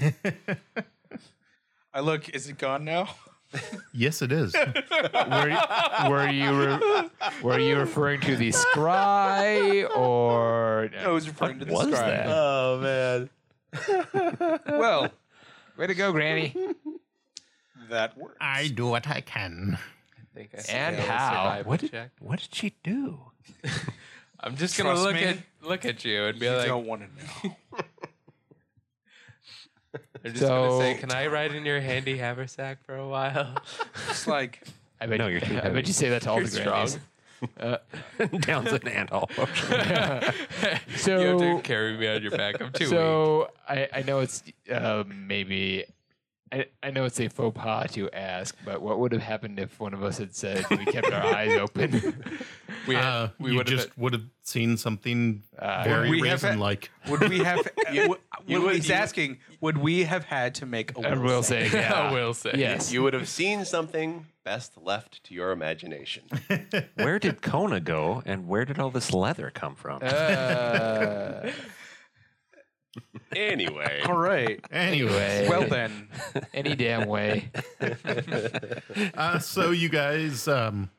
C: I look. Is it gone now?
A: yes, it is.
I: were, were you re- were you referring to the scry or
C: I was referring to the
G: was
C: scribe.
G: that?
E: Oh man.
C: Well,
I: way to go, Granny?
C: that worked.
A: I do what I can.
I: And how?
G: What did, what did she do?
K: I'm just
C: gonna
K: gonna
C: Trust
K: look
C: look me.
K: at
C: at-
K: look at you and be
C: You
K: like,
C: don't want to know.
K: I'm just gonna say,
I: So-
K: can I ride in your handy haversack for a while?
C: It's like
I: I bet,
G: No,
I: you,
G: you're too
I: I bet
G: heavy.
I: you say that to all the Grannys.
G: Down's an antelope.
I: So
K: you have to carry me on your back. I'm too weak.
I: so I, I know it's uh, maybe I, I know it's a faux pas to ask, but what would have happened if one of us had said we kept our eyes open?
K: We, had-
A: Uh,
K: we
A: you
K: would
A: just would have seen something very
C: We have-
A: raisin-like.
C: would we have? would-
E: would-
C: he's
E: you-
C: asking, would we have had to make a will,
I: I will say, yeah.
K: I will say.
I: yes.
E: You would have seen something best left to your imagination.
G: Where did Kona go, and where did all this leather come from?
I: Uh,
E: Anyway.
C: All right.
A: Anyway,
C: Well then,
I: any damn way.
A: uh, so you guys, um,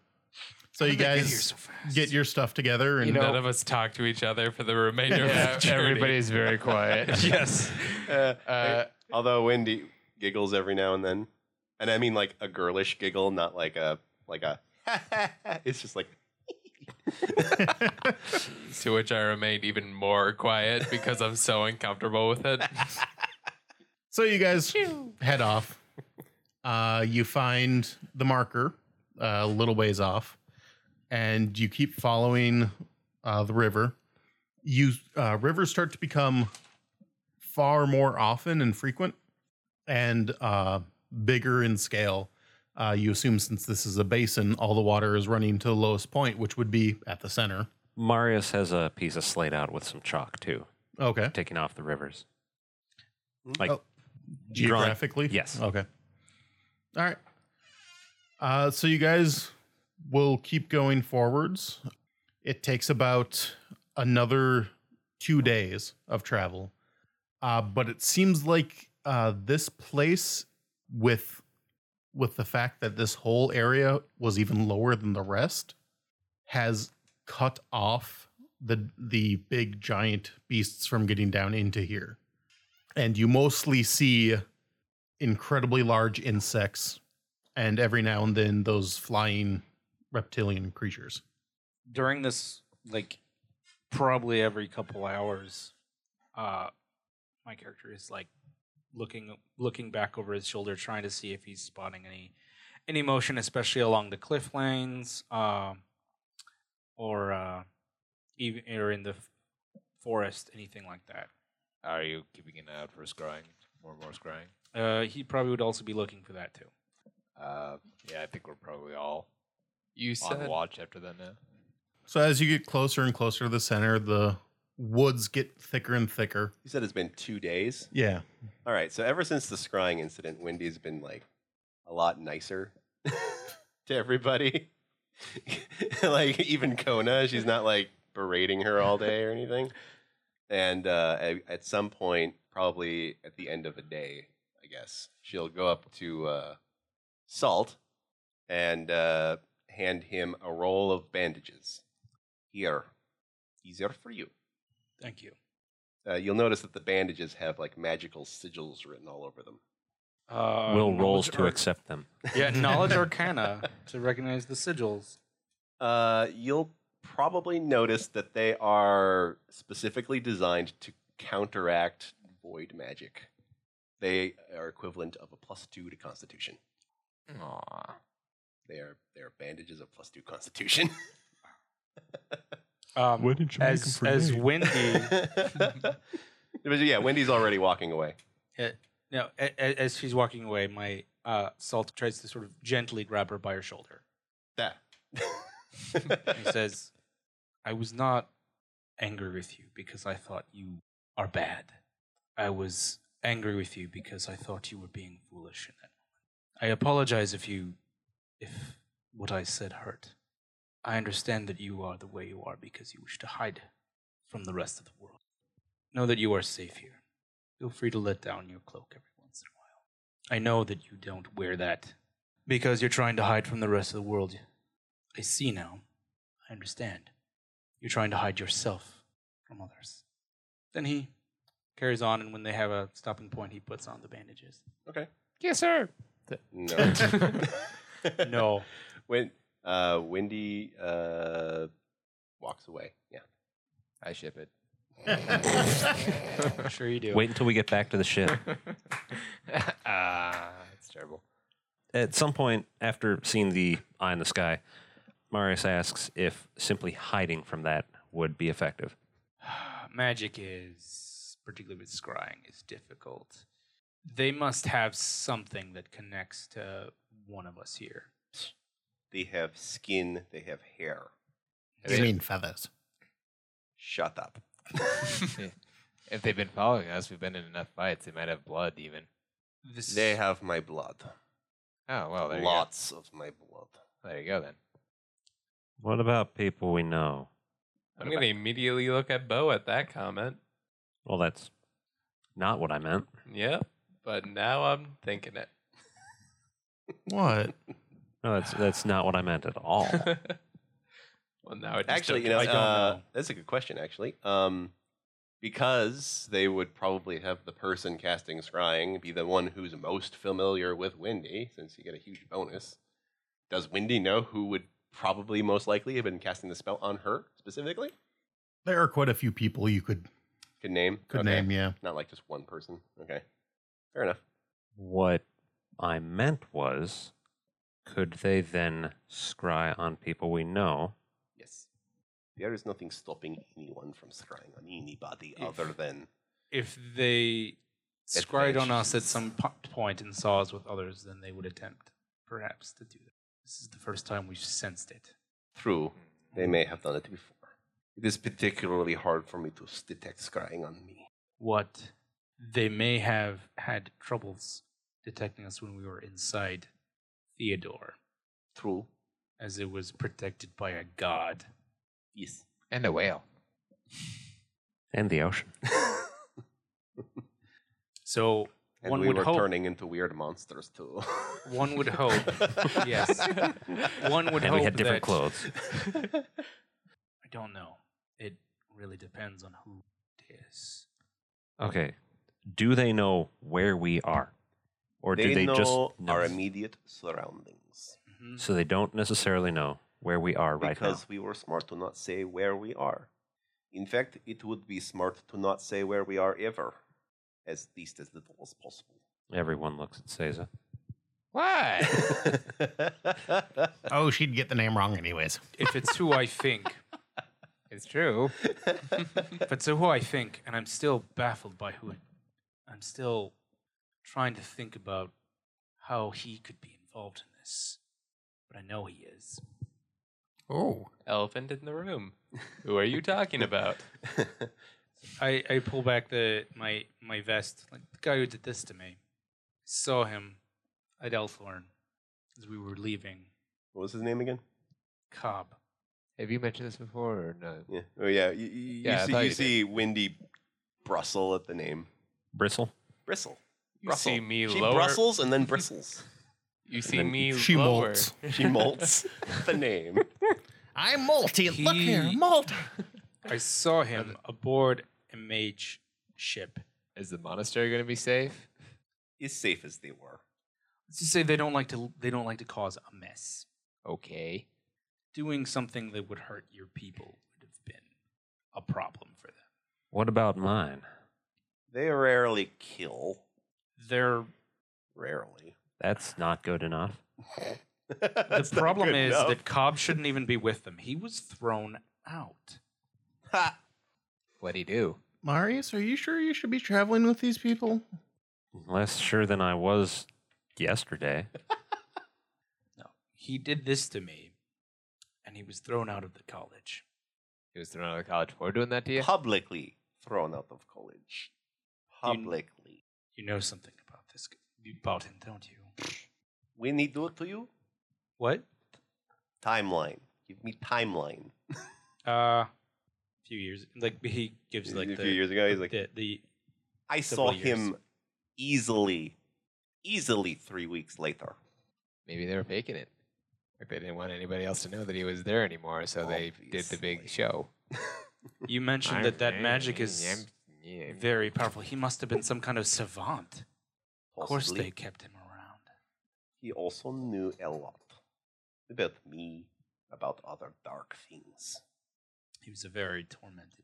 A: so you guys get, your stuff together, and
I: You know-
K: None of us talk to each other for the remainder
I: Yeah,
K: of the journey.
I: everybody's very quiet.
E: yes. Uh,
I: Uh,
E: although Wendy giggles every now and then, and I mean like a girlish giggle, not like a like a. it's just like
K: To which I remained even more quiet because I'm so uncomfortable with it.
A: so you guys head off. Uh, you find the marker uh, a little ways off, and you keep following uh, the river. You uh, rivers start to become far more often and frequent, and uh, bigger in scale. Uh, you assume since this is a basin, all the water is running to the lowest point, which would be at the center.
G: Marius has a piece of slate out with some chalk too,
A: Okay.
G: taking off the rivers. Like
A: Oh. geographically
G: yes.
A: okay all right uh, so you guys will keep going forwards it takes about another two days of travel uh, but it seems like uh, this place with with the fact that this whole area was even lower than the rest has cut off the the big giant beasts from getting down into here and you mostly see incredibly large insects and every now and then those flying reptilian creatures.
C: during this, like, probably every couple hours, uh, my character is like looking looking back over his shoulder, trying to see if he's spotting any any motion, especially along the cliff lanes, um, or uh, even or in the f- forest, anything like that.
I: Are you keeping an eye out for scrying? More and more scrying?
C: Uh, he probably would also be looking for that too.
I: Uh, yeah, I think we're probably all
K: You
I: on
K: said
I: watch after that now.
A: So as you get closer and closer to the center, the woods get thicker and thicker.
E: you said, it's been two days.
A: Yeah.
E: All right, so ever since the scrying incident, Wendy's been like a lot nicer to everybody. like even Kona, she's not like berating her all day or anything. And uh, at, at some point, probably at the end of a day, I guess she'll go up to uh, Salt and uh, hand him a roll of bandages. Here, these are for you.
C: Thank you.
E: Uh, you'll notice that the bandages have like magical sigils written all over them.
C: Uh,
G: Will
C: knowledge
G: rolls to
C: arc-
G: accept them.
C: Yeah, knowledge arcana to recognize the sigils.
E: Uh, you'll probably notice that they are specifically designed to counteract void magic. They are equivalent of a plus two to Constitution.
I: Aww.
E: They are they are bandages of plus two Constitution.
C: Um, as as Wendy,
E: but yeah, Wendy's already walking away.
C: no, Eh, a- a- as she's walking away, my uh, salt tries to sort of gently grab her by her shoulder.
E: That.
C: He says, "I was not angry with you because I thought you are bad. I was angry with you because I thought you were being foolish in that moment. I apologize if you if what I said hurt. I understand that you are the way you are because you wish to hide from the rest of the world. Know that you are safe here. Feel free to let down your cloak every once in a while. I know that you don't wear that because you're trying to hide from the rest of the world. I see now. I understand. You're trying to hide yourself from others. Then he carries on, and when they have a stopping point, he puts on the bandages.
E: Okay.
I: Yes, sir.
E: No.
C: No.
E: When uh, Wendy uh, walks away. Yeah.
I: I ship it.
C: sure you do.
G: Wait until we get back to the ship.
I: Ah, it's terrible.
G: At some point after seeing the eye in the sky, Marius asks if simply hiding from that would be effective.
C: magic is, particularly with scrying, is difficult. They must have something that connects to one of us here.
E: They have skin. They have hair.
A: You mean feathers?
E: Shut up.
I: If they've been following us, we've been in enough fights. They might have blood, even.
C: This
E: They have my blood.
I: Oh well, there
E: Lots of my blood.
I: you go. There you go then.
G: What about people we know?
K: I'm going to immediately look at Bo at that comment.
G: Well, that's not what I meant.
K: Yeah, but now I'm thinking it.
A: What?
G: No, that's that's not what I meant at all.
K: Well, now I just
E: Actually,
K: don't
E: you know,
K: I don't
E: uh,
K: know.
E: that's a good question. Actually, um, because they would probably have the person casting scrying be the one who's most familiar with Windy, since you get a huge bonus. Does Windy know who would probably most likely have been casting the spell on her specifically?
A: There are quite a few people you could
E: Could name.
A: could
E: Okay.
A: name. Yeah.
E: Not like just one person. Okay, fair enough.
G: what I meant was, could they then scry on people we know?
E: Yes. There is nothing stopping anyone from scrying on anybody other than
C: if they
E: scryed
C: scryed
E: on
C: on
E: us
C: us at some point and saw us with others, then they would attempt, perhaps, to do that. This is the first time we've sensed it.
E: True,
C: Hmm.
E: they may have done it before. It is particularly hard for me to s- detect scrying on me.
C: What they may have had troubles detecting us when we were inside Theodore,
E: True.
C: as it was protected by a god.
E: Yes.
I: And a whale.
G: And the ocean.
C: So
E: And
C: one
E: we
C: would
E: were
C: hope.
E: turning into weird monsters too.
C: One would hope. yes. One would hope
G: and we had different
C: that,
G: clothes.
C: I don't know. It really depends on who it is.
G: Okay. Do they know where we are? Or
E: they
G: do they
E: know
G: just
E: our
G: know?
E: immediate surroundings
C: Mhm.
G: so they don't necessarily know where we are right
E: because we were smart to not say where we are. In fact, it would be smart to not say where we are ever, as least as little as possible.
G: now. Everyone looks at Seiza.
I: Why?
A: Oh, she'd get the name wrong anyways.
C: If it's who I think,
I: it's true.
C: if it's who I think, and I'm still baffled by who it, I'm still trying to think about how he could be involved in this, but I know he is.
A: Oh.
K: elephant in the room. Who are you talking about?
C: I, I pull back the my my vest. Like the guy who did this to me, saw him at Elthorn as we were leaving
E: what was his name again?
C: Cobb.
I: Have you mentioned this before or no?
E: Yeah. Oh yeah. You, you- you
I: Yeah, I
E: see,
I: thought
E: you
I: you did.
E: see Windy bristle at the name.
G: Bristle?
E: Bristle.
K: You see me
E: she
K: lower.
E: bristles and then bristles.
K: You see
G: then
K: me
A: she
K: lower.
A: molts.
E: she molts the name.
A: I'm multi. Look here,
C: He-
A: multi.
C: I saw him aboard a mage ship.
I: Is the monastery going to be safe?
E: As safe as they were.
C: Let's just say they don't like to they don't like to cause a mess.
I: Okay.
C: doing something that would hurt your people would have been a problem for them.
G: What about mine?
E: They rarely kill.
C: Their
E: Rarely.
G: That's not good enough.
C: the problem is
E: enough.
C: that Cobb shouldn't even be with them. He was thrown out.
I: What'd he do?
A: Marius, are you sure you should be traveling with these people?
G: Less sure than I was yesterday.
C: No. He did this to me and he was thrown out of the college.
I: He was thrown out of college for doing that to you?
E: publicly thrown out of college.
C: Do you-
E: Publicly.
C: You know something about this g- about him, don't you?
E: When he do it to you,
C: What?
E: timeline. Give me timeline.
C: Uh, a few years. Like he gives like
E: a
C: the
E: few years ago, he's like,
C: the, the
E: I
C: several
E: saw him
C: years.
E: easily, easily three weeks later.
K: Maybe they were faking it. Like they didn't want anybody else to know that he was there anymore, so they did the big show.
C: you mentioned that that magic is
K: I'm- yeah,
C: very powerful. He must have been some kind of savant. Of course,
E: Possibly.
C: they kept him around.
E: He also knew a lot about me, about other dark things.
C: He was a very tormented.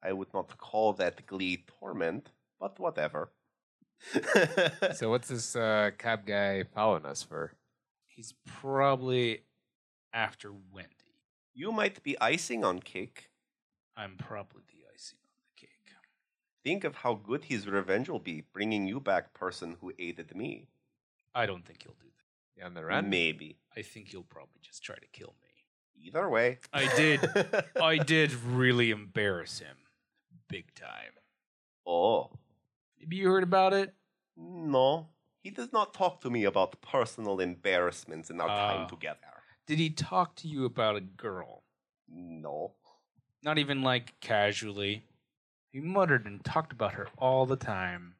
E: I would not call that glee torment, but whatever.
K: so what's this uh, cab guy following us for?
C: He's probably after Wendy.
E: you might be icing on cake.
C: I'm probably the icing on the cake.
E: Think of how good his revenge will be, bringing you back, person who aided me.
C: I don't think he'll do that.
K: You on the run?
E: Maybe.
C: I think he'll probably just try to kill me.
E: Either way.
C: I did. Oh. I did really embarrass him, big time.
E: oh,
C: Maybe you heard about it.
E: no. He does not talk to me about personal embarrassments in our time
C: Ah.
E: together.
C: Did he talk to you about a girl?
E: No.
C: Not even like casually. He muttered and talked about her all the time.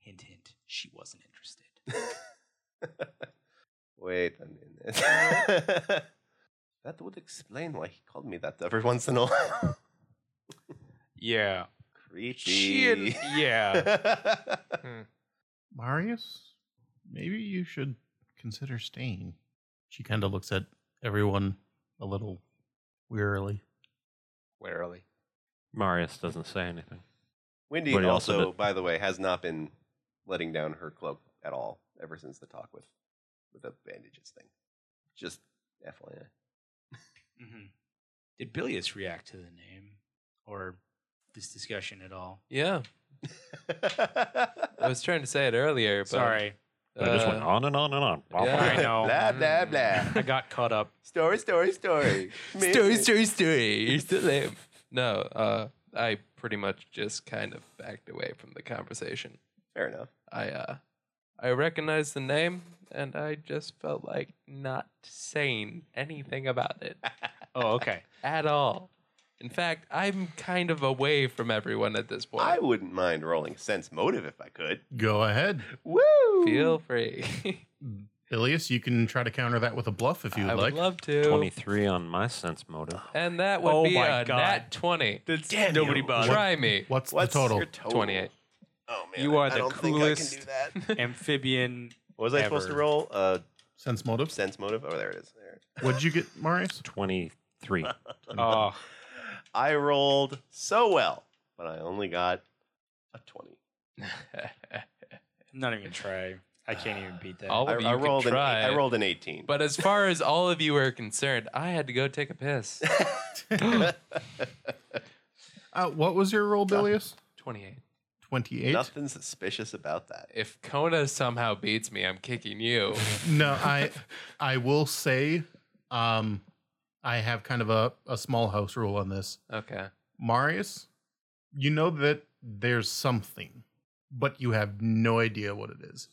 C: Hint, hint. She wasn't interested.
E: Wait a minute. that would explain why he called me that every once in a while.
C: Yeah.
E: Creepy.
C: She and, yeah.
A: Marius, maybe you should consider staying. She kind of looks at everyone a little wearily.
K: Warily.
G: Marius doesn't say anything.
E: Wendy
G: But he also
E: also,
G: did-
E: by the way, has not been letting down her cloak at all ever since the talk with with the bandages thing. Just FYI.
C: hmm Did Bilius react to the name or this discussion at all?
B: Yeah, I was trying to say it earlier. But,
C: Sorry,
G: But it just went
B: uh,
G: on and on and on.
B: yeah.
C: I know.
E: Blah blah blah.
C: I got caught up.
E: story, story, story.
B: story, story, story. You're still there. No, uh, I pretty much just kind of backed away from the conversation.
E: Fair enough.
B: I uh, I recognized the name, and I just felt like not saying anything about it
C: Oh, okay.
B: at all. In fact, I'm kind of away from everyone at this point.
E: I wouldn't mind rolling sense motive if I could.
A: Go ahead.
E: Woo!
B: Feel free.
A: Ilias, you can try to counter that with a bluff if you would
B: I would
A: like.
B: love to.
G: 23 on my sense motive.
B: And that would
C: Oh
B: be
C: my
B: a
C: God.
B: nat 20.
C: That's
E: Damn
C: nobody
E: you.
C: bothered.
B: Try me.
A: What's,
E: What's
A: the total?
E: your total?
B: 28.
E: Oh man,
C: You are
E: I
C: the
E: don't
C: coolest.
E: think I can do that.
C: Amphibian.
E: What was I supposed to
C: Ever.
E: roll? Uh,
A: Sense motive.
E: sense motive. Oh, there it is. There.
A: What'd you get, Marius?
G: 23.
C: Oh,
E: I rolled so well, but I only got a twenty.
C: I'm not even gonna try. I can't even beat that.
B: All
E: I,
B: of you
E: I
B: could
E: rolled an,
B: try.
E: I rolled an eighteen.
B: But as far as all of you are concerned, I had to go take a piss.
A: Uh, what was your roll, Bilius?
B: 28.
A: 28?
E: Nothing suspicious about that.
B: If Kona somehow beats me, I'm kicking you.
A: No, I I will say um, I have kind of a, a small house rule on this.
B: Okay.
A: Marius, you know that there's something, but you have no idea what it is.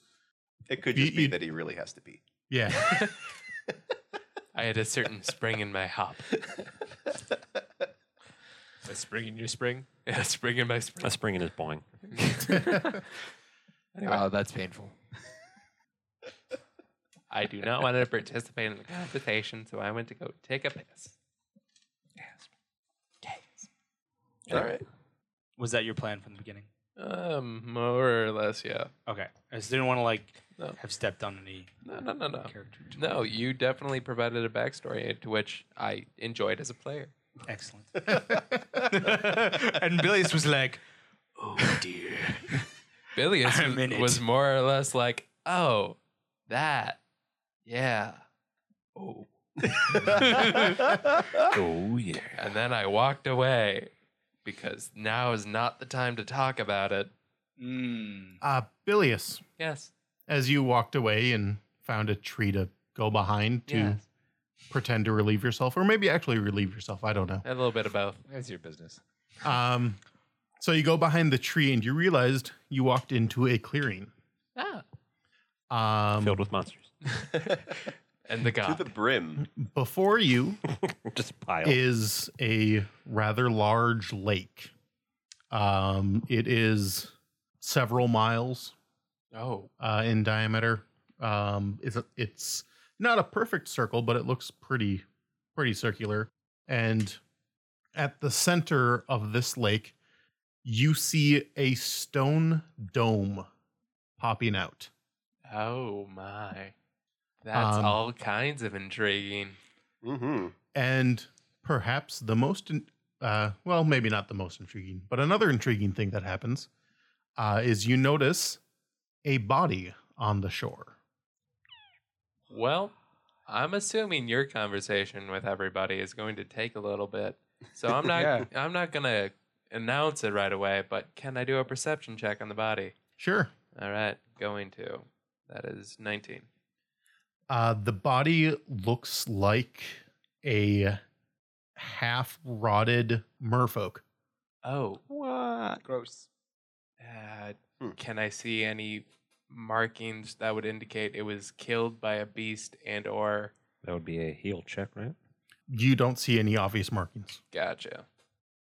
E: It could
A: You-
E: just be
A: you-
E: that he really has to be.
A: Yeah.
B: I had a certain spring in my hop.
K: A spring in your spring?
B: A spring in my spring.
G: A spring in his boing.
K: Oh, that's painful.
B: I do not want to participate in the conversation, so I went to go take a piss.
E: All right.
C: Was that your plan from the beginning?
B: Um, more or less, yeah.
C: Okay, I just didn't want to like
B: No.
C: have stepped on any
B: No, no, no, no.
C: character.
B: No, you definitely provided a backstory to which I enjoyed as a player.
C: Excellent. and Billius was like, "Hmm, "Oh dear."
B: Billy is-
C: I'm in it.
B: was more or less like, oh, that, yeah. Oh.
G: Oh, yeah.
B: And then I walked away because now is not the time to talk about it.
C: Mm.
A: uh, Bilius,
B: Yes.
A: as you walked away and found a tree to go behind to
B: Yes.
A: pretend to relieve yourself, or maybe actually relieve yourself, I don't know.
B: A little bit of both.
K: That's your business.
A: Um, So you go behind the tree and you realized you walked into a clearing. Ah. Um,
G: filled with monsters.
B: and the
E: To
B: god.
E: the brim.
A: before you
G: Just pile.
A: is a rather large lake. Um, it is several miles
B: oh,
A: uh, in diameter. Um, it's, a, it's not a perfect circle, but it looks pretty, pretty circular. And at the center of this lake, you see a stone dome popping out.
B: oh my. That's
A: Um,
B: all kinds of intriguing.
E: Mm-hmm.
A: And perhaps the most, in- uh, well, maybe not the most intriguing, but another intriguing thing that happens uh, is you notice a body on the shore.
B: Well, I'm assuming your conversation with everybody is going to take a little bit. So I'm not
C: Yeah.
B: I'm not going to announce it right away, but can I do a perception check on the body?
A: Sure.
B: All right, going to. That is 19.
A: Uh, the body looks like a half rotted merfolk.
B: Oh,
C: Gross.
B: uh,
E: Hmm.
B: can I see any markings that would indicate it was killed by a beast and or
G: That would be a heel check, right?
A: You don't see any obvious markings.
B: Gotcha.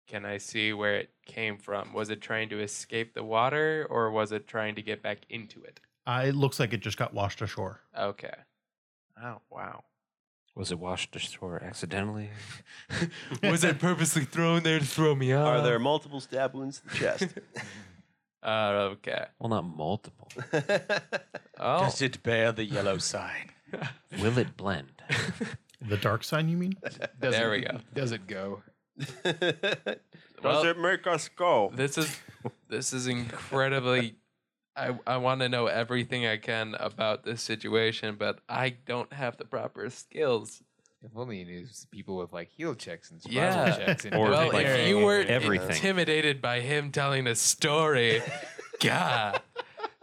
B: Can I see where it came from? Was it trying to escape the water or was it trying to get back into it?
A: Uh, it looks like it just got washed ashore.
B: Okay. Oh, wow.
G: Was it washed ashore accidentally?
B: was it purposely thrown there to throw me off?
E: Are there multiple stab wounds to the chest?
B: Uh, okay.
G: Well, not multiple.
B: Oh,
C: it bear the yellow sign?
G: Will it blend?
A: The dark sign, you mean?
K: Does
B: There
K: it,
B: we go.
K: Does it go?
E: Does
B: Well-
E: it make us go?
B: this is this is incredibly. I I want to know everything I can about this situation, but I don't have the proper skills.
K: If only you knew people with like heal checks and survival
B: Yeah.
K: checks. And
G: Or,
B: well,
G: like,
B: if you were
G: everything.
B: intimidated by him telling a story, God,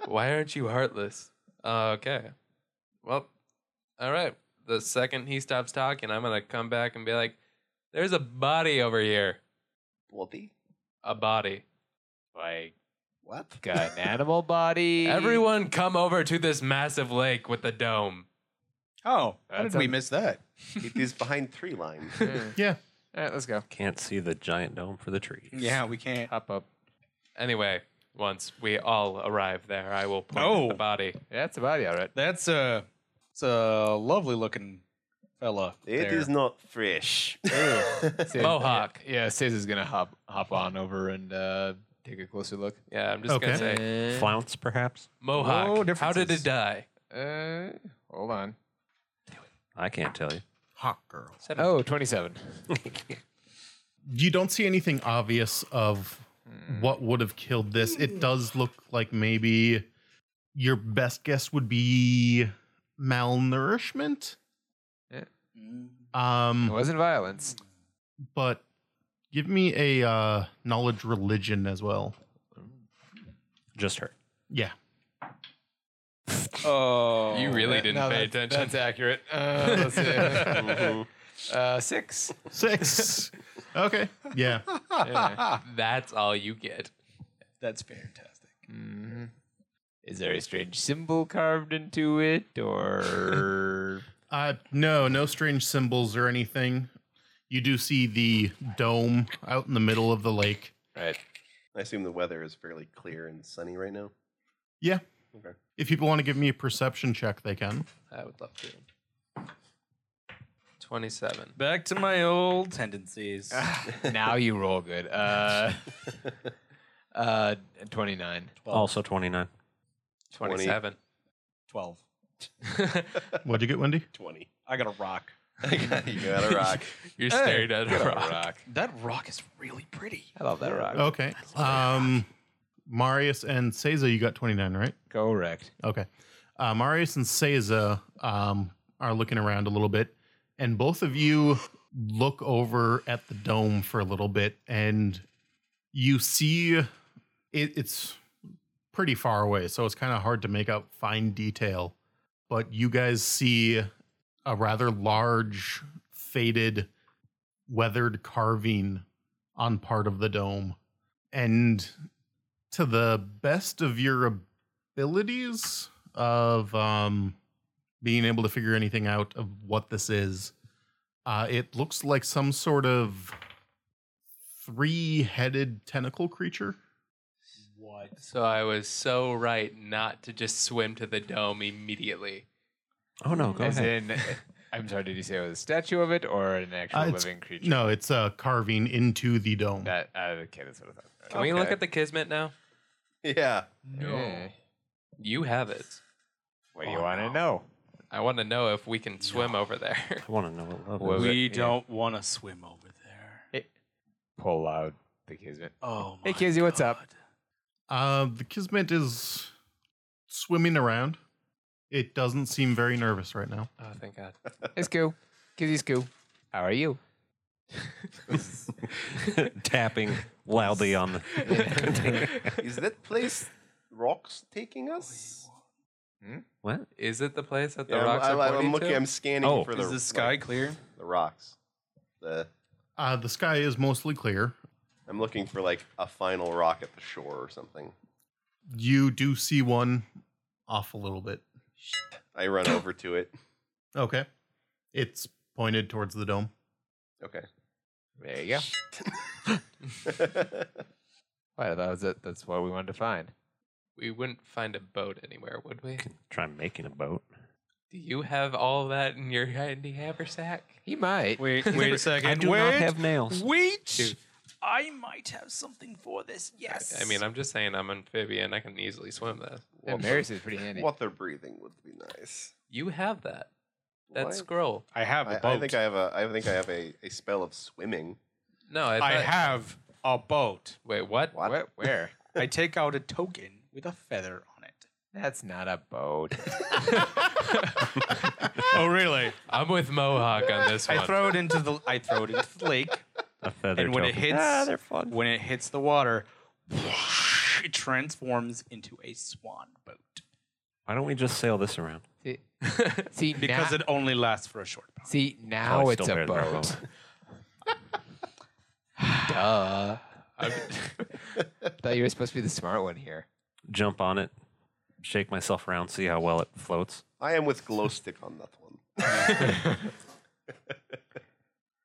B: why aren't you heartless? Uh, Okay, well, all right. The second he stops talking, I'm gonna come back and be like, "There's a body over here.
E: Bloody?
B: A body.
K: like
E: What?
K: got an animal body.
B: Everyone, come over to this massive lake with the dome."
K: Oh,
C: How did we miss that?
E: it is behind three lines.
A: Yeah.
K: All right, let's go.
G: Can't see the giant dome for the trees.
C: Yeah, we can't.
K: Hop up.
B: Anyway, once we all arrive there, I will point at
C: Oh.
B: the body.
K: That's a body, all right.
C: That's a it's a lovely looking fella.
E: It is not fresh.
K: Sid-
B: Mohawk.
K: Yeah, Sis is gonna hop hop on over and uh, take a closer look.
B: Yeah, I'm just gonna
A: Okay.
B: say
G: Flounce, perhaps?
B: Mohawk.
C: Whoa,
B: How did it
C: differences.
B: die?
K: Uh, hold on.
G: I can't tell you.
A: Hot girl.
K: Oh, 27.
A: You don't see anything obvious of
B: Hmm.
A: what would have killed this. It does look like maybe your best guess would be malnourishment.
K: Yeah. It
A: Um,
K: wasn't violence.
A: but give me a uh, knowledge religion as well.
G: Just her.
A: Yeah.
C: Oh,
B: You really didn't
K: no,
B: pay
K: that-
B: attention.
K: That's accurate. Uh, let's see.
B: Mm-hmm.
K: uh, six.
A: Six. okay. Yeah.
K: Yeah.
B: That's all you get.
C: that's fantastic.
K: Mhm. Is there a strange symbol carved into it, or
A: Uh, no, no strange symbols or anything. You do see the dome out in the middle of the lake.
K: right?
E: I assume the weather is fairly clear and sunny right now.
A: Yeah.
E: Okay.
A: If people want to give me a perception check, they can.
B: I would love to. Twenty-seven.
C: Back to my old tendencies.
K: now you roll good. Uh, uh, 29.
G: Also 29.
B: Twenty-seven.
C: Twelve.
A: What'd you get, Wendy?
E: 20.
C: I got a rock.
E: you gotta rock.
B: You're staring at a rock.
C: That rock is really pretty.
K: I love that rock.
A: Okay. Um, Marius and Seiza, you got 29, right?
K: Correct.
A: Okay. Uh, Marius and Seiza um, are looking around a little bit, and both of you look over at the dome for a little bit, and you see it, it's pretty far away, so it's kind of hard to make out fine detail. But you guys see a rather large, faded, weathered carving on part of the dome. and to the best of your abilities of um, being able to figure anything out of what this is, uh, it looks like some sort of three-headed tentacle creature.
I: What?
B: So I was so right not to just swim to the dome immediately.
G: Oh no, go
K: As
G: ahead.
K: in, I'm sorry, did you say it was a statue of it or an actual
A: Uh, it's-
K: living creature?
A: No, it's uh, carving into the dome.
K: That uh, okay, that's what I thought.
B: Can we look at the Kismet now?
E: Yeah.
K: No.
B: You have it.
A: Oh,
K: What do you want to know?
B: I want to know if we can swim over there.
G: I want to know what level. it
K: Well,
G: is.
K: we-
I: We
K: Yeah.
I: don't want to swim over there.
K: Pull out the kismet.
I: Oh,
K: Hey,
I: my
K: Kizzy, what's up?
A: Uh,
I: God.
A: the Kismet is swimming around. It doesn't seem very nervous right now.
B: oh, thank God.
K: It's cool. Kizzy's cool. How are you?
G: Tapping loudly on the
E: Is that place rocks taking us?
G: what?
B: Is it the place that the
E: Yeah,
B: rocks
E: I'm,
B: are
E: I'm,
B: pointing
E: I'm looking.
B: to?
E: I'm scanning
G: Oh.
E: for
G: Is
E: the like,
B: clear?
E: the rocks. The
A: Uh, the sky is mostly clear.
E: I'm looking for like a final rock at the shore or something.
A: You do see one off a little bit.
E: I run over to it.
A: Okay. It's pointed towards the dome.
E: Okay.
K: There you go. Well, that was it. That's what we wanted to find.
B: We wouldn't find a boat anywhere, would we?
G: Try making a boat.
B: Do you have all that in your handy haversack?
K: He might.
C: Wait,
G: I
C: wait a second.
G: I do
C: wait,
G: not have nails.
I: Wait,
B: Dude.
I: I might have something for this. Yes.
B: I mean, I'm just saying I'm amphibian. I can easily swim that.
K: And Maris is pretty handy.
E: Water breathing would be nice.
B: You have that. That
E: Why?
B: scroll.
C: I have a
E: I,
C: boat.
E: I think I have a. I think I have a, a spell of swimming.
B: No, I, thought,
C: I have a boat.
B: Wait, what?
E: What?
K: Where? where?
C: I take out a token with a feather on it.
K: That's not a boat.
C: Oh, really?
B: I'm with Mohawk on this one.
C: I throw it into the I throw it into the lake,
G: A feather.
C: and when it
G: token.
C: hits
G: ah, they're fun.
C: when it hits the water, it transforms into a swan boat
G: Why don't we just sail this around?
K: see, see,
C: because
K: now,
C: it only lasts for a short time.
K: see now
G: Probably
K: it's
G: still
K: a
G: better than our
K: boat. Duh. Thought you were supposed to be the smart one here.
G: Jump on it, shake myself around, see how well it floats.
E: I am with glow stick on that one.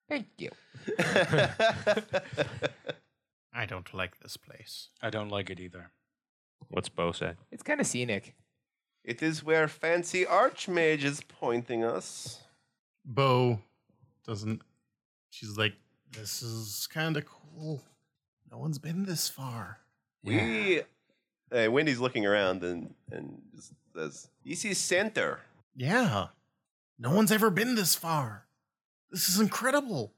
K: Thank you.
A: I don't like this place.
C: I don't like it either.
G: What's Bo say?
K: It's kind of scenic.
E: It is where fancy archmage is pointing us.
A: Bo doesn't. She's like, this is kind of cool. No one's been this far.
E: We. Hey, Wendy's looking around and and just says, "This is center."
A: Yeah. No one's ever been this far. This is incredible.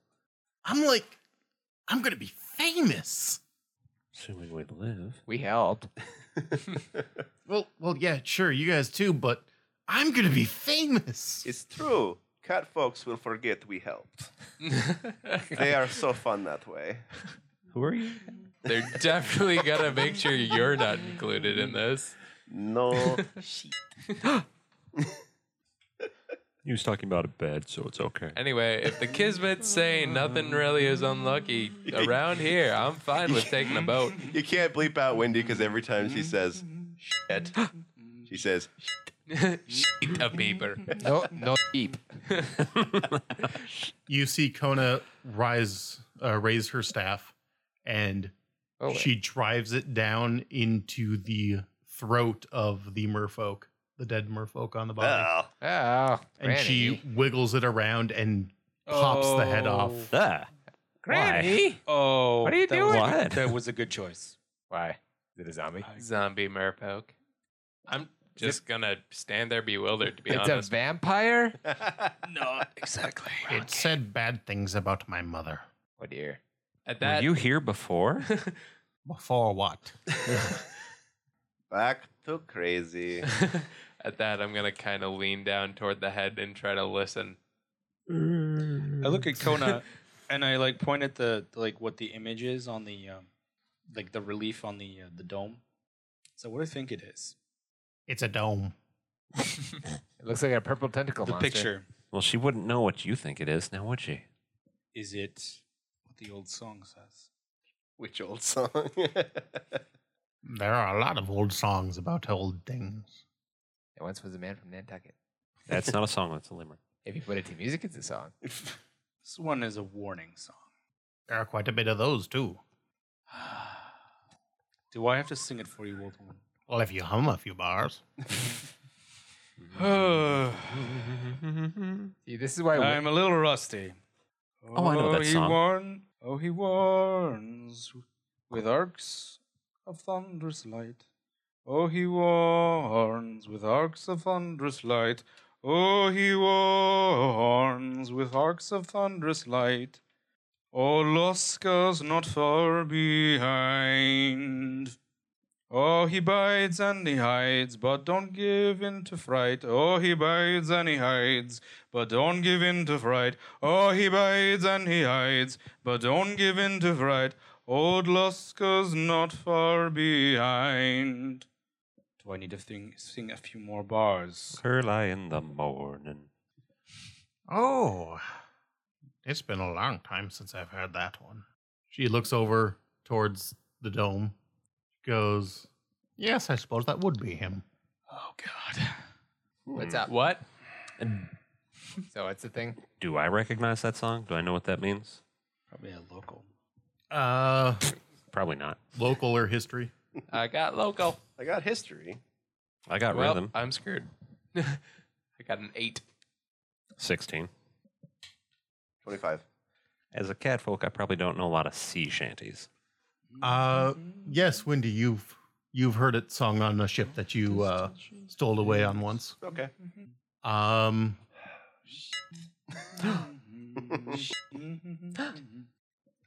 A: I'm like, I'm going to be famous.
G: Assuming we live.
K: We helped.
A: Well, well, yeah, sure, you guys too, but I'm going to be famous.
E: It's true. Cat folks will forget we helped. They are so fun that way.
G: Who are you?
B: They're definitely gonna make sure you're not included in this.
E: No,
G: He was talking about a bed, so it's okay.
B: Anyway, if the Kismets say nothing really is unlucky around here, I'm fine with taking a boat.
E: you can't bleep out Wendy because every time she says shit, she says
B: Sheet a beaver.
K: No, no deep.
A: You see Kona rise, uh, raise her staff, and
K: Oh, wait.
A: she drives it down into the throat of the merfolk, the dead merfolk on the body.
E: "Ah."
K: oh,
A: and she wiggles it around and pops the head off.
K: Oh,
G: Ah,
K: Granny.
C: Oh,
K: What are you
C: that was-
G: doing? What?
C: that was a good choice.
K: Why? Is it a zombie?
B: Zombie merfolk. I'm just gonna stand there bewildered, to be
K: It's a
B: honest.
K: vampire.
I: no, exactly.
A: It said bad things about my mother.
K: Oh dear.
B: At
G: were
B: that,
G: you here before?
A: Before what?
E: back to crazy.
B: at that, I'm gonna kind of lean down toward the head and try to listen.
C: I look at Kona, and I like point at the like what the image is on the um, like the relief on the uh, the dome. So what do I think it is?
A: It's a dome.
K: It looks like a purple tentacle
C: The
K: monster.
C: picture
G: well, she wouldn't know what you think it is, now would she?
C: is it what the old song says?
E: Which old song?
A: There are a lot of old songs about old things.
I: There once was a man from Nantucket.
G: That's not a song. That's a limerick.
I: If you put it to music, it's a song.
C: This one is a warning song.
A: There are quite a bit of those too.
C: Do I have to sing it for you, Walton?
A: Well, if you hum a few bars,
I: See, this is why we-
C: I'm a little rusty.
G: Oh, I know that
C: he
G: song.
C: Warn, oh, he warns with arcs of thunderous light. Oh, he warns with arcs of thunderous light. Oh, he warns with arcs of thunderous light. Oh, Losca's not far behind. Oh, he bides and he hides, but don't give in to fright. Oh, he bides and he hides, but don't give in to fright. Oh, he bides and he hides, but don't give in to fright. Old Luska's not far behind. Do I need to sing, sing a few more bars?
G: Curl eye in the morning.
A: oh, it's been a long time since I've heard that one. She looks over towards the dome, goes, Yes, I suppose that would be him.
C: Oh, God.
I: What's up?
K: What?
G: And
I: So it's a thing.
G: do I recognize that song? Do I know what that means?
C: Probably a local.
A: Uh,
G: Probably not.
A: local or history?
K: I got local.
E: I got history.
G: I got
K: Well,
G: rhythm.
K: I'm screwed. I got an eight.
G: Sixteen.
E: 25.
G: As a catfolk, I probably don't know a lot of sea shanties.
A: Uh, yes, Wendy, you've you've heard it sung on a ship that you uh, stole away on once.
E: Okay.
A: Um,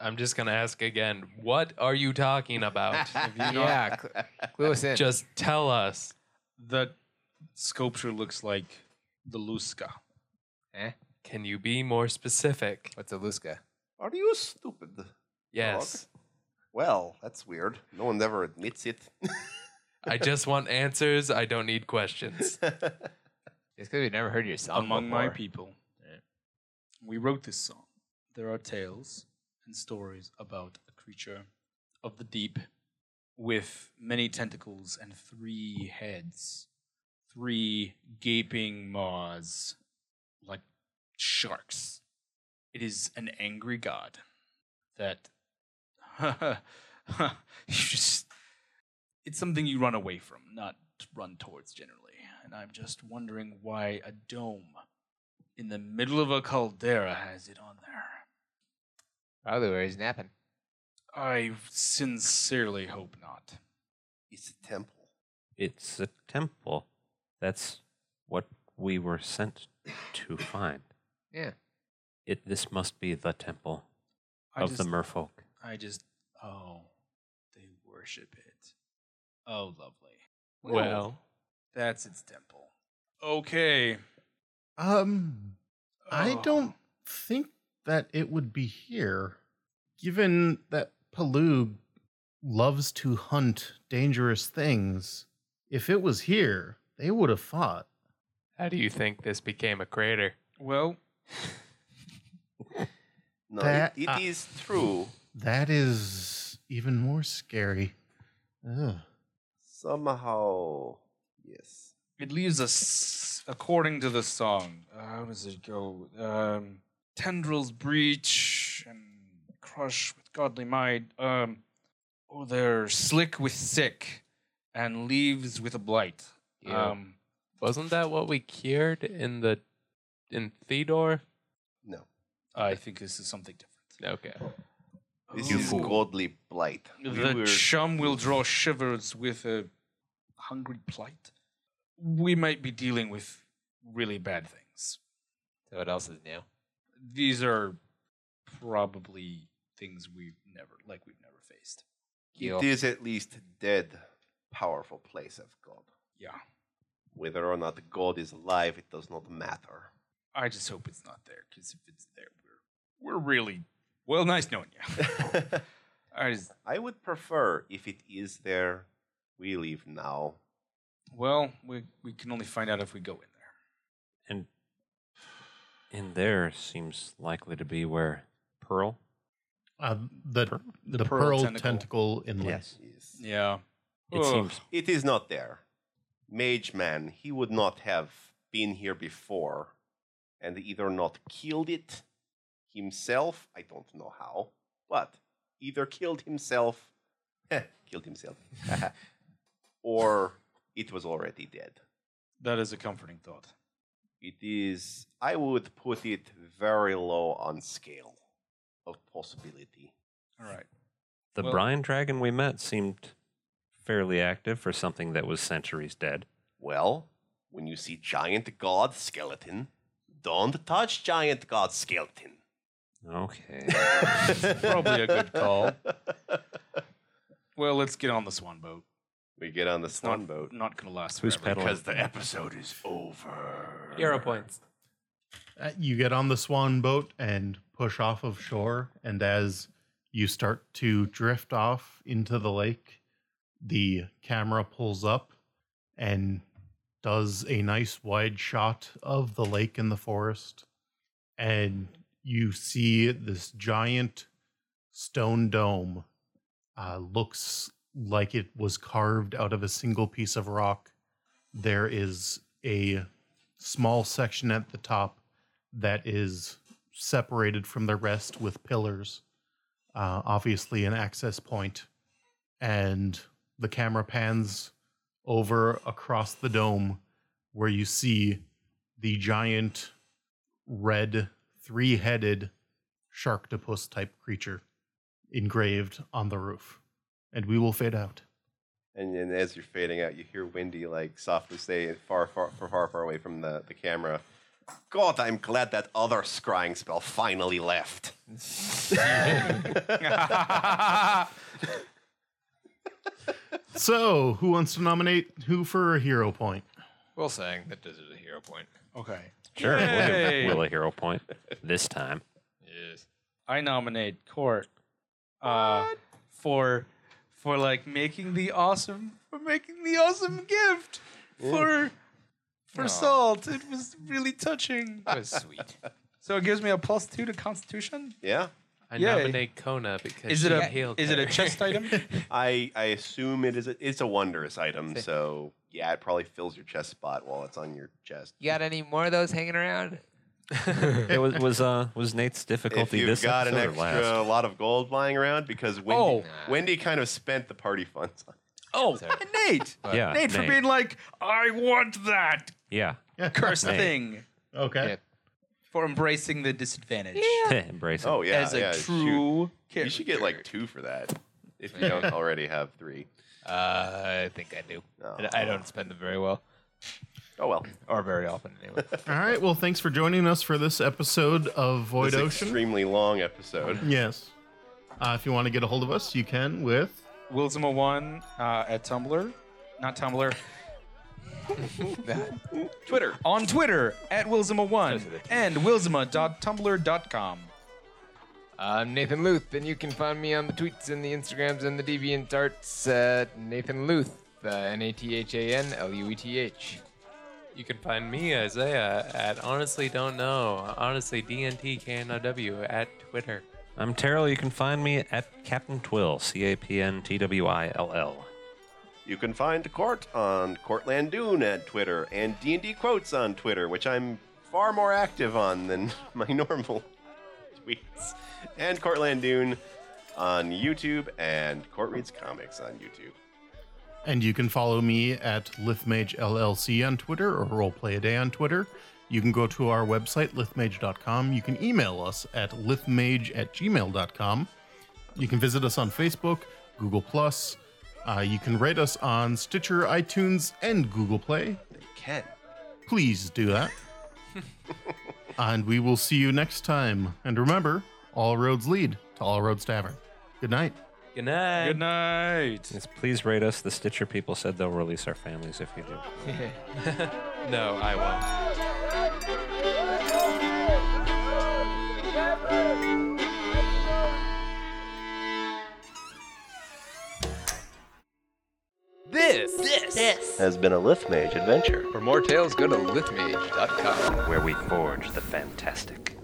K: I'm just gonna ask again. What are you talking about?
I: yeah, cl- clue us in.
K: just tell us.
C: The sculpture looks like the Luska.
I: Eh?
K: Can you be more specific?
I: What's a Luska?
E: Are you stupid?
K: Yes.
E: Well, that's weird. No one ever admits it.
K: I just want answers. I don't need questions.
I: It's because we've never heard your song
C: among my
I: before.
C: people. We wrote this song. There are tales and stories about a creature of the deep with many tentacles and three heads, three gaping maws like sharks. It is an angry god that. you just. It's something you run away from, not run towards generally. And I'm just wondering why a dome in the middle of a caldera has it on there.
I: Probably where he's napping.
C: I sincerely hope not.
E: It's a temple.
G: It's a temple. That's what we were sent to find.
I: Yeah.
G: It. This must be the temple
C: I
G: of
C: just,
G: the merfolk.
C: I just. Oh, they worship it. Oh, lovely.
K: well,
C: that's its temple. Okay.
A: um, I
C: Oh.
A: don't think that it would be here, given that Palug loves to hunt dangerous things. If it was here, they would have fought.
K: how do you think this became a crater?
C: Well,
E: No,
A: That-
E: it, it is
A: uh,
E: true.
A: That is even more scary. Ugh.
E: Somehow. Yes.
C: it leaves us, according to the song. Uh, how does it go? Um, tendrils breach and crush with godly might. Um, oh, they're slick with sick, and leaves with a blight.
I: Yeah.
C: Um,
K: Wasn't that what we cured in the in Theodore?
E: No.
C: I think this is something different.
K: Okay.
E: This
C: You
E: is
C: fool.
E: godly blight. We
C: the
E: were-
C: chum will draw shivers with a hungry plight. We might be dealing with really bad things.
I: So what else is new?
C: These are probably things we've never, like we've never faced.
I: Keel.
E: it is at least dead, powerful place of God.
C: Yeah,
E: Whether or not God is alive, it does not matter.
C: I just hope it's not there because if it's there, we're we're really well. Nice knowing you. I just
E: I would prefer if it is there, we leave now.
C: well, we we can only find out if we go in there.
G: And in there seems likely to be where Pearl
A: Uh, the the, pearl, tentacle, inlet.
E: Yes.
C: Yeah.
G: It seems.
E: It is not there. Mage Man, he would not have been here before and either not killed it himself, I don't know how, but either killed himself, killed himself, or it was already dead.
C: That is a comforting thought.
E: It is, I would put it very low on scale of possibility.
C: All right.
G: The
C: Well-
G: brine dragon we met seemed fairly active for something that was centuries dead.
E: Well, when you see giant god skeleton, don't touch giant god skeleton.
G: Okay.
C: Probably a good call. Well, let's get on the swan boat.
E: We get on the
C: Not-
E: stun boat.
C: Not gonna last
G: Who's
C: forever.
G: pedaling?
E: Because the episode is over.
K: Hero points.
A: Uh, you get on the swan boat and push off of shore and as you start to drift off into the lake the camera pulls up and does a nice wide shot of the lake and the forest and you see this giant stone dome uh, looks like it was carved out of a single piece of rock there is a small section at the top that is separated from the rest with pillars, uh, obviously an access point. And the camera pans over across the dome where you see the giant red three headed sharktopus type creature engraved on the roof. And we will fade out.
E: And then as you're fading out, you hear Wendy like softly say, far, far, far, far, far away from the, the camera, God, I'm glad that other scrying spell finally left.
A: So, who wants to nominate who for a hero point?
I: Well, saying that does it a hero point.
C: Okay.
G: Sure. we'll give
C: Yay.
G: Will a hero point this time.
I: Yes.
C: I nominate Court uh, for for like making the awesome for making the awesome gift for for salt. It was really touching.
I: That was sweet.
C: So it gives me a plus two to Constitution.
E: Yeah?
K: I
C: Yay.
K: nominate Kona because
C: Is
K: she
C: it a
K: healed
C: is it a
K: her.
C: chest item?
E: I, I assume it is a, it's a wondrous item, so yeah, it probably fills your chest spot while it's on your chest.
L: You got any more of those hanging around?
G: It was was uh was Nate's
E: If
G: difficulty
E: you've
G: this
E: got an
G: episode or
E: extra lot of gold lying around, because Wendy,
C: Oh.
E: Wendy kind of spent the party funds on
C: Oh, Nate!
G: last? Yeah.
C: Nate for being like, I want that
G: Yeah.
C: cursed
G: Nate.
C: thing
A: Okay.
C: for embracing the disadvantage.
G: Embrace it.
E: Oh yeah,
C: as a
E: yeah, shoot.
C: true character.
E: You should get like two for that if you don't already have three.
I: Uh, I think I do.
A: uh,
I: And I don't spend them very well,
E: Oh well,
I: or very often anyway.
A: All right. Well, thanks for joining us for this episode of Void
E: it's an
A: Ocean.
E: extremely long episode.
A: Yes. Uh, if you want to get a hold of us, you can with.
C: Wilsima1 uh, at Tumblr. Not Tumblr. Twitter. On Twitter at Wilsima1 and wilsima.tumblr.com.
I: I'm Nathan Luth, and you can find me on the tweets and the Instagrams and the DeviantArts at Nathan Luth, uh, E N-A-T-H-A-N-L-U-E-T-H.
K: You can find me, Isaiah, at honestly don't know, honestly DNT KNOW at Twitter.
G: I'm Terrell. You can find me at Captain Twill, C A P N T W I L L.
E: You can find Court on Courtland Dune at Twitter and D and D quotes on Twitter, which I'm far more active on than my normal tweets. And Courtland Dune on YouTube and Court Reads Comics on YouTube.
A: And you can follow me at Lithmage LLC on Twitter or Roleplay a Day on Twitter. You can go to our website, lithmage.com. You can email us at lithmage at gmail.com. You can visit us on Facebook, Google. Plus. Uh, you can rate us on Stitcher, iTunes, and Google Play.
E: Ken,
A: Please do that. and we will see you next time. And remember, all roads lead to All Roads Tavern. Good night.
K: Good night.
C: Good night.
G: Yes, please rate us. The Stitcher people said they'll release our families if you do.
K: No, I won't.
I: This
E: has been a Lithmage adventure.
I: For more tales, go to lithmage.com.
G: Where we forge the fantastic.